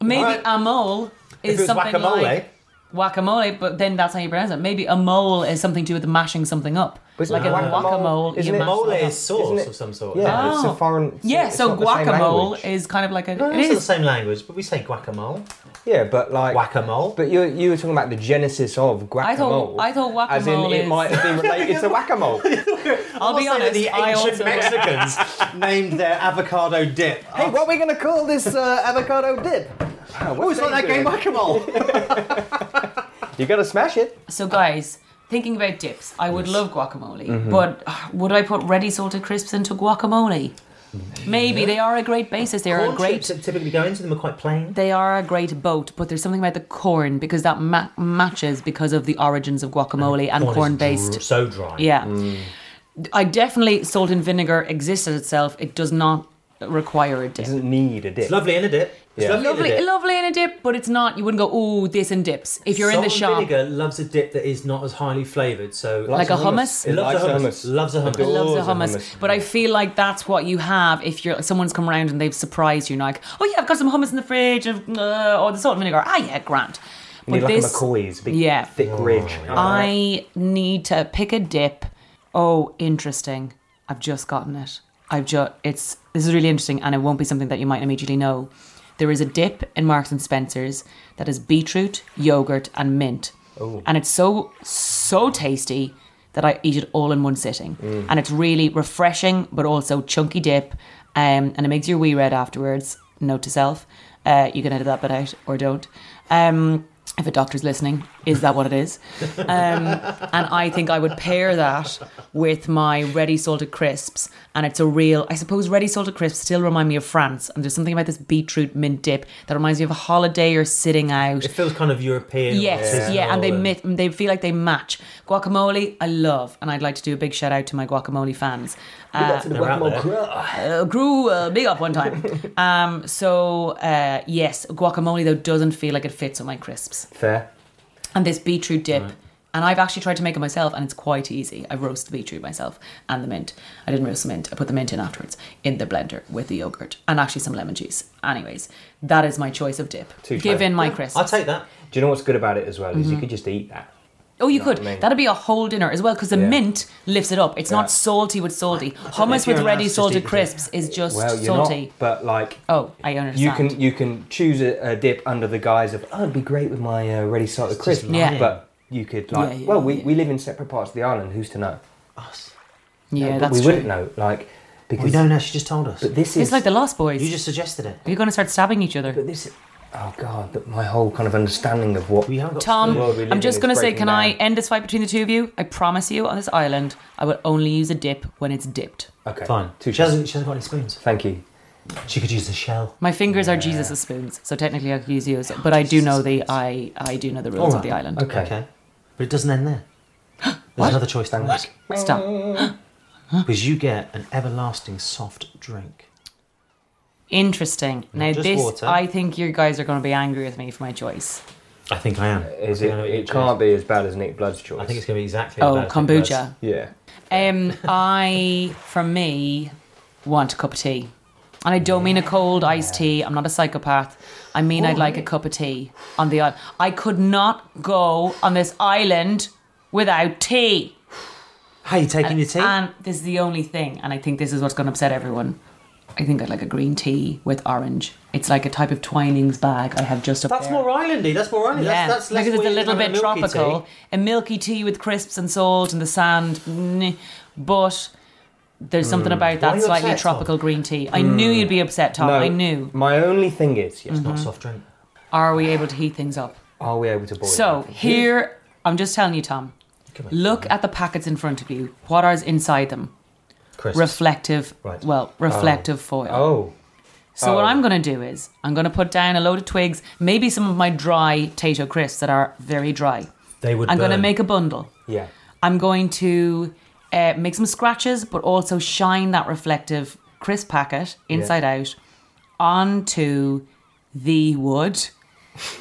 S4: Maybe
S3: Right.
S4: a mole
S3: If
S4: is
S3: it was
S4: something
S3: whack-a-mole,
S4: like guacamole, but then that's how you pronounce it. Maybe a mole is something to do with mashing something up.
S2: But
S4: like a
S2: guacamole-
S4: guacamole, you
S2: isn't it
S4: mash
S3: Mole
S4: something up.
S3: is sauce
S2: Isn't it-
S3: of some sort.
S2: Yeah,
S3: No,
S2: it's a foreign. it's-
S4: Oh. Yeah,
S2: it's
S4: so
S2: not the same
S4: guacamole
S2: language.
S4: is kind of like a.
S3: no,
S4: it
S3: it's not the
S4: is.
S3: same language, but we say guacamole.
S2: Yeah, but like
S3: Whack-a-mole.
S2: But you you were talking about the genesis of guacamole.
S4: I thought- I thought
S2: as in
S4: guacamole
S2: it
S4: is-
S2: might have been related to whack-a-mole. hey,
S4: I'll be honest.
S3: the
S4: I
S3: ancient
S4: also
S3: Mexicans named their avocado dip. Hey,
S2: what are we going to call this uh, avocado dip? Oh,
S3: I always like that game whack-a-mole.
S2: You got to smash it.
S4: So, guys, thinking about dips, I would love guacamole,
S3: Mm-hmm.
S4: but uh, would I put ready salted crisps into guacamole? Maybe they are a great basis. They are a
S3: Mm-hmm. Corn
S4: great.
S3: chips that typically go into them are quite plain.
S4: They are a great boat, but there's something about the corn because that ma- matches because of the origins of guacamole and
S3: Corn is Mm.
S4: corn based.
S3: dr- so dry.
S4: Yeah. I definitely, salt and vinegar exists as itself. It does not require a dip.
S2: Doesn't need a dip.
S3: It's lovely in a dip. It's
S2: Yeah.
S3: lovely, in a
S4: Lovely,
S3: dip.
S4: lovely in a dip, but it's not. You wouldn't go, oh, this in dips. If you're
S3: Salt
S4: in the
S3: and
S4: shop,
S3: vinegar loves a dip that is not as highly flavoured, so
S4: Like a hummus?
S3: It loves a
S2: Likes
S3: hummus. Loves a hummus.
S2: Adores
S4: loves the hummus. But I feel like that's what you have if you're someone's come around and they've surprised you, and you're like, oh yeah, I've got some hummus in the fridge, and, uh, or the salt and vinegar. Ah yeah, Grant.
S2: You need like a McCoy's, big
S4: Yeah.
S2: thick ridge.
S3: Oh,
S4: I need to pick a dip. Oh, interesting. I've just gotten it. I've just it's this is really interesting, and it won't be something that you might immediately know. There is a dip in Marks and Spencers that is beetroot, yogurt, and mint, and it's so so tasty that I eat it all in one sitting, and it's really refreshing, but also chunky dip, um, and it makes your wee red afterwards. Note to self: uh, you can edit that bit out or don't. Um, if a doctor's listening, is that what it is? Um, and I think I would pair that with my ready salted crisps. And it's a real, I suppose, ready salted crisps still remind me of France. And there's something about this beetroot mint dip that reminds me of a holiday or sitting out.
S3: It feels kind of European.
S4: Yes, yeah, and they
S3: artisanal
S4: mi- they feel like they match. Guacamole, I love, and I'd like to do a big shout out to my guacamole fans. Uh,
S2: to the
S3: out
S2: guacamole
S3: there.
S2: grill.
S4: uh, grew uh, big up one time. um, so uh, yes, guacamole though doesn't feel like it fits with my crisps.
S2: Fair.
S4: And this beetroot dip. And I've actually tried to make it myself, and it's quite easy. I roast the beetroot myself and the mint. I didn't roast the mint. I put the mint in afterwards in the blender with the yogurt and actually some lemon juice. Anyways, that is my choice of dip.
S2: Touche.
S4: Given my crisps.
S3: I'll take that.
S2: Do you know what's good about it as well?
S4: Mm-hmm.
S2: Is you could just eat that.
S4: Oh, you could.
S2: what I mean?
S4: That'd be a whole dinner as well because the
S2: Yeah.
S4: mint lifts it up. It's
S2: Yeah.
S4: not salty with salty. Hummus
S3: if you're
S4: with
S3: an
S4: ready
S3: artist, just eat
S4: salted
S3: the
S4: crisps is just
S2: Well, you're
S4: salty.
S2: not, but like
S4: Oh, I understand.
S2: you can you can choose a, a dip under the guise of oh, it'd be great with my uh, ready salted crisp.
S4: lying.
S2: But you could like
S4: Yeah, yeah,
S2: well, we,
S4: yeah.
S2: we live in separate parts of the island. Who's to know?
S4: yeah,
S2: But
S4: that's
S2: we
S4: true.
S2: wouldn't know like because
S3: We don't know. She just told us.
S2: But this is
S4: It's like the Lost Boys.
S3: you just suggested it.
S4: You're going to start stabbing each other.
S2: But this oh god, but my whole kind of understanding of what
S3: We haven't got
S4: Tom,
S2: the world we live
S4: I'm
S2: in
S4: just
S2: is
S4: going to say,
S2: breaking
S4: can I
S2: down.
S4: end this fight between the two of you? I promise you, on this island, I will only use a dip when it's dipped.
S2: okay
S3: Fine.
S2: Two
S3: She hasn't, she hasn't got any spoons.
S2: Thank you.
S3: She could use the shell.
S4: My fingers are Jesus' spoons, so technically I could use yours, but I do know the I I do know the rules of the
S3: Alright,
S4: island.
S2: Okay.
S3: Okay. But it doesn't end there. There's another choice to make.
S4: Stop.
S3: Because you get an everlasting soft drink.
S4: Interesting. Now
S3: just
S4: this,
S3: water.
S4: I think you guys are going to be angry with me for my choice.
S3: I think I am.
S2: Is
S3: I
S2: it?
S3: know what your
S2: It
S3: choice
S2: can't be as bad as Nick Blood's choice.
S3: I think it's going to be exactly.
S4: Oh,
S3: about
S4: kombucha.
S2: yeah.
S4: Um, I, for me, want a cup of tea. And I don't mean a cold iced tea. I'm not a psychopath. I mean, I'd like a cup of tea on the island. I could not go on this island without tea.
S3: Hey, you taking your tea?
S4: And this is the only thing. And I think this is what's going to upset everyone. I think I'd like a green tea with orange. It's like a type of Twinings bag I have just up
S3: that's
S4: there.
S3: more islandy. That's more islandy.
S4: Yeah,
S3: That's, that's less
S4: because it's a
S3: weird
S4: little
S3: than
S4: bit
S3: having a milky
S4: tropical.
S3: tea.
S4: A milky tea with crisps and salt and the sand. mm, But there's something about
S3: are
S4: that
S3: you
S4: slightly
S3: upset, Tom?
S4: tropical green tea. I knew you'd be upset, Tom. I knew. Mm.
S2: My only thing is, yes,
S4: Mm-hmm.
S3: Not a soft drink.
S4: Are we able to heat things up?
S2: are we able to boil?
S4: So
S2: it?
S4: here, I'm just telling you, Tom. Look at the packets in front of you. What are inside them?
S3: Chris.
S4: Reflective,
S3: Right.
S4: well, reflective foil.
S2: Oh,
S4: So what
S2: Oh.
S4: I'm going to do is I'm going to put down a load of twigs, maybe some of my dry tato crisps that are very dry.
S3: they would.
S4: I'm going to
S3: burn.
S4: make a bundle.
S2: yeah.
S4: I'm going to uh, make some scratches, but also shine that reflective crisp packet inside out onto the wood,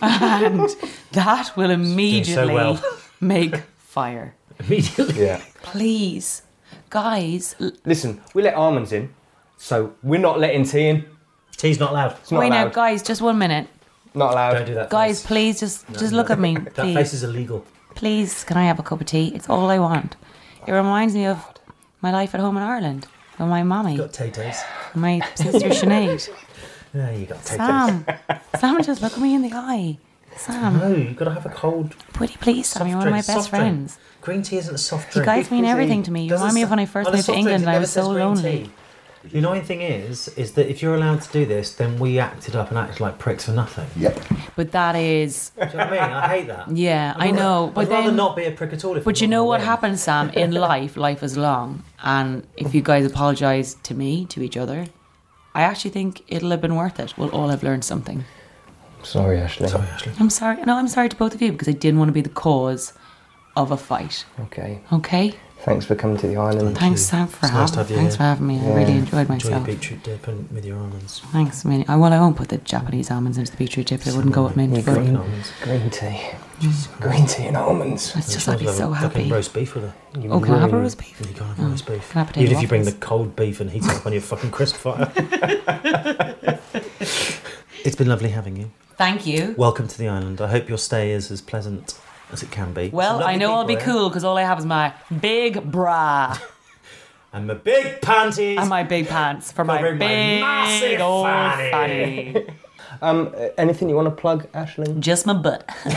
S4: and that will immediately
S8: well.
S4: make fire.
S8: Immediately.
S2: Yeah.
S4: Please, guys, l-
S2: Listen, we let almonds in, so we're not letting tea in.
S8: Tea's not allowed.
S2: It's not
S4: wait now,
S2: allowed.
S4: guys, just one minute.
S2: not allowed.
S8: Don't do that.
S4: Guys,
S8: face.
S4: please, just just look at me,
S8: That face
S4: please.
S8: is illegal.
S4: Please, can I have a cup of tea? It's all I want. It reminds me of my life at home in Ireland with my mommy,
S8: Got Tay-Tays.
S4: and my sister Sinead.
S8: No, you got Tay-Tays.
S4: Sam, Sam, just look at me in the eye. Sam,
S8: No, you got to have a cold
S4: would you please, Sam?
S8: Uh-huh. soft
S4: You're one of
S8: drink,
S4: my best
S8: soft drink.
S4: friends.
S8: Green tea isn't a soft
S4: You
S8: drink.
S4: guys mean everything to me. You
S8: Doesn't
S4: remind me of
S8: sa-
S4: when I first
S8: on a
S4: moved to
S8: soft drink,
S4: England
S8: it
S4: and I
S8: never
S4: was
S8: says
S4: so
S8: green
S4: lonely.
S8: tea. The annoying thing is, is that if you're allowed to do this, then we acted up and acted like pricks for nothing. Do
S7: Yep.
S4: But that is,
S8: you know what I mean? I hate that.
S4: yeah, I know.
S8: I'd
S4: But
S8: rather
S4: then,
S8: not be a prick at all. If
S4: but
S8: I'm
S4: you
S8: not
S4: know
S8: gonna
S4: what
S8: win.
S4: happens, Sam? In life, life is long, and if you guys apologize to me, to each other, I actually think it'll have been worth it. We'll all have learned something.
S2: Sorry, Ashley.
S8: Sorry, Ashley.
S4: I'm sorry. No, I'm sorry to both of you because I didn't want to be the cause of a fight.
S2: Okay.
S4: Okay.
S2: Thanks for coming to the island.
S4: Thanks, Sam, for
S8: It's nice
S4: having.
S8: to have you
S4: thanks
S8: here.
S4: for having me. I really enjoyed
S8: Enjoy your
S4: myself.
S8: beetroot dip and with your almonds.
S4: Thanks, I mean, I well, I won't put the Japanese almonds into the beetroot dip. They wouldn't go with mint
S8: Fucking
S4: food.
S8: almonds.
S2: Green tea. Green tea and almonds.
S4: It's just I'd be
S8: I'd love
S4: so
S8: a fucking
S4: happy.
S8: roast beef with her.
S4: Oh, can I have a roast beef? Mm.
S8: You can't have roast beef.
S4: can I have potato
S8: Even if you bring the
S4: waffles?
S8: cold beef and heat it up on your fucking crisp fire. it's been lovely having you.
S4: Thank you.
S8: Welcome to the island. I hope your stay is as pleasant as it can be.
S4: Well,
S8: Lovely
S4: I know I'll be
S8: people, eh?
S4: cool because all I have is my big bra
S8: And the big panties.
S4: and my big pants for my
S8: Covering my
S4: big
S8: massive
S4: old
S8: fanny.
S4: fanny.
S2: Anything you want to plug, Ashley?
S4: Just my butt. Do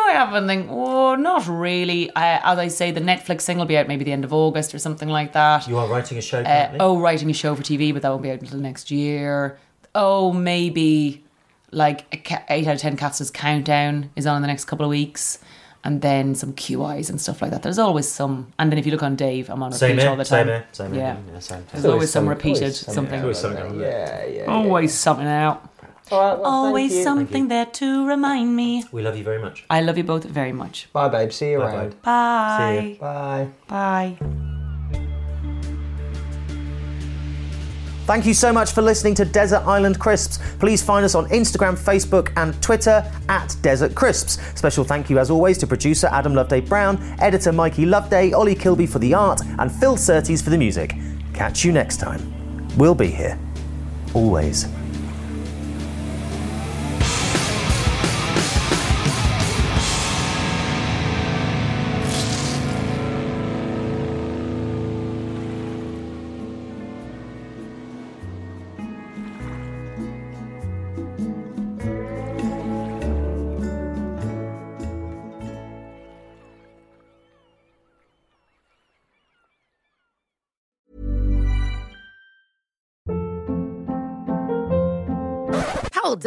S4: I have anything? Oh, not really. I, as I say, the Netflix thing will be out maybe the end of August or something like that.
S8: you are writing a show
S4: Uh,
S8: currently.
S4: oh, writing a show for TV, but that won't be out until next year. Oh, maybe like a ca- 8 out of 10 casters countdown is on in the next couple of weeks. And then some QIs and stuff like that. There's always some. And then if you look on Dave, I'm on repeat
S8: same
S4: all
S8: here,
S4: the
S8: same
S4: time.
S8: here, same here.
S4: Yeah.
S8: yeah, same
S4: There's
S8: here.
S4: always some
S2: some-
S4: repeated
S2: always some- Oh,
S4: something.
S8: Always something.
S2: Yeah, yeah.
S4: Always something out. always something there to remind me.
S8: We love you very much.
S4: I love you both very much.
S2: Bye, babe. See you
S8: Bye-bye.
S2: around.
S4: Bye.
S8: See ya.
S2: Bye.
S4: Bye.
S3: Thank you so much for listening to Desert Island Crisps. Please find us on Instagram, Facebook, and Twitter at Desert Crisps. Special thank you, as always, to producer Adam Loveday Brown, editor Mikey Loveday, Ollie Kilby for the art, and Phil Surtees for the music. Catch you next time. We'll be here. Always.
S5: Hold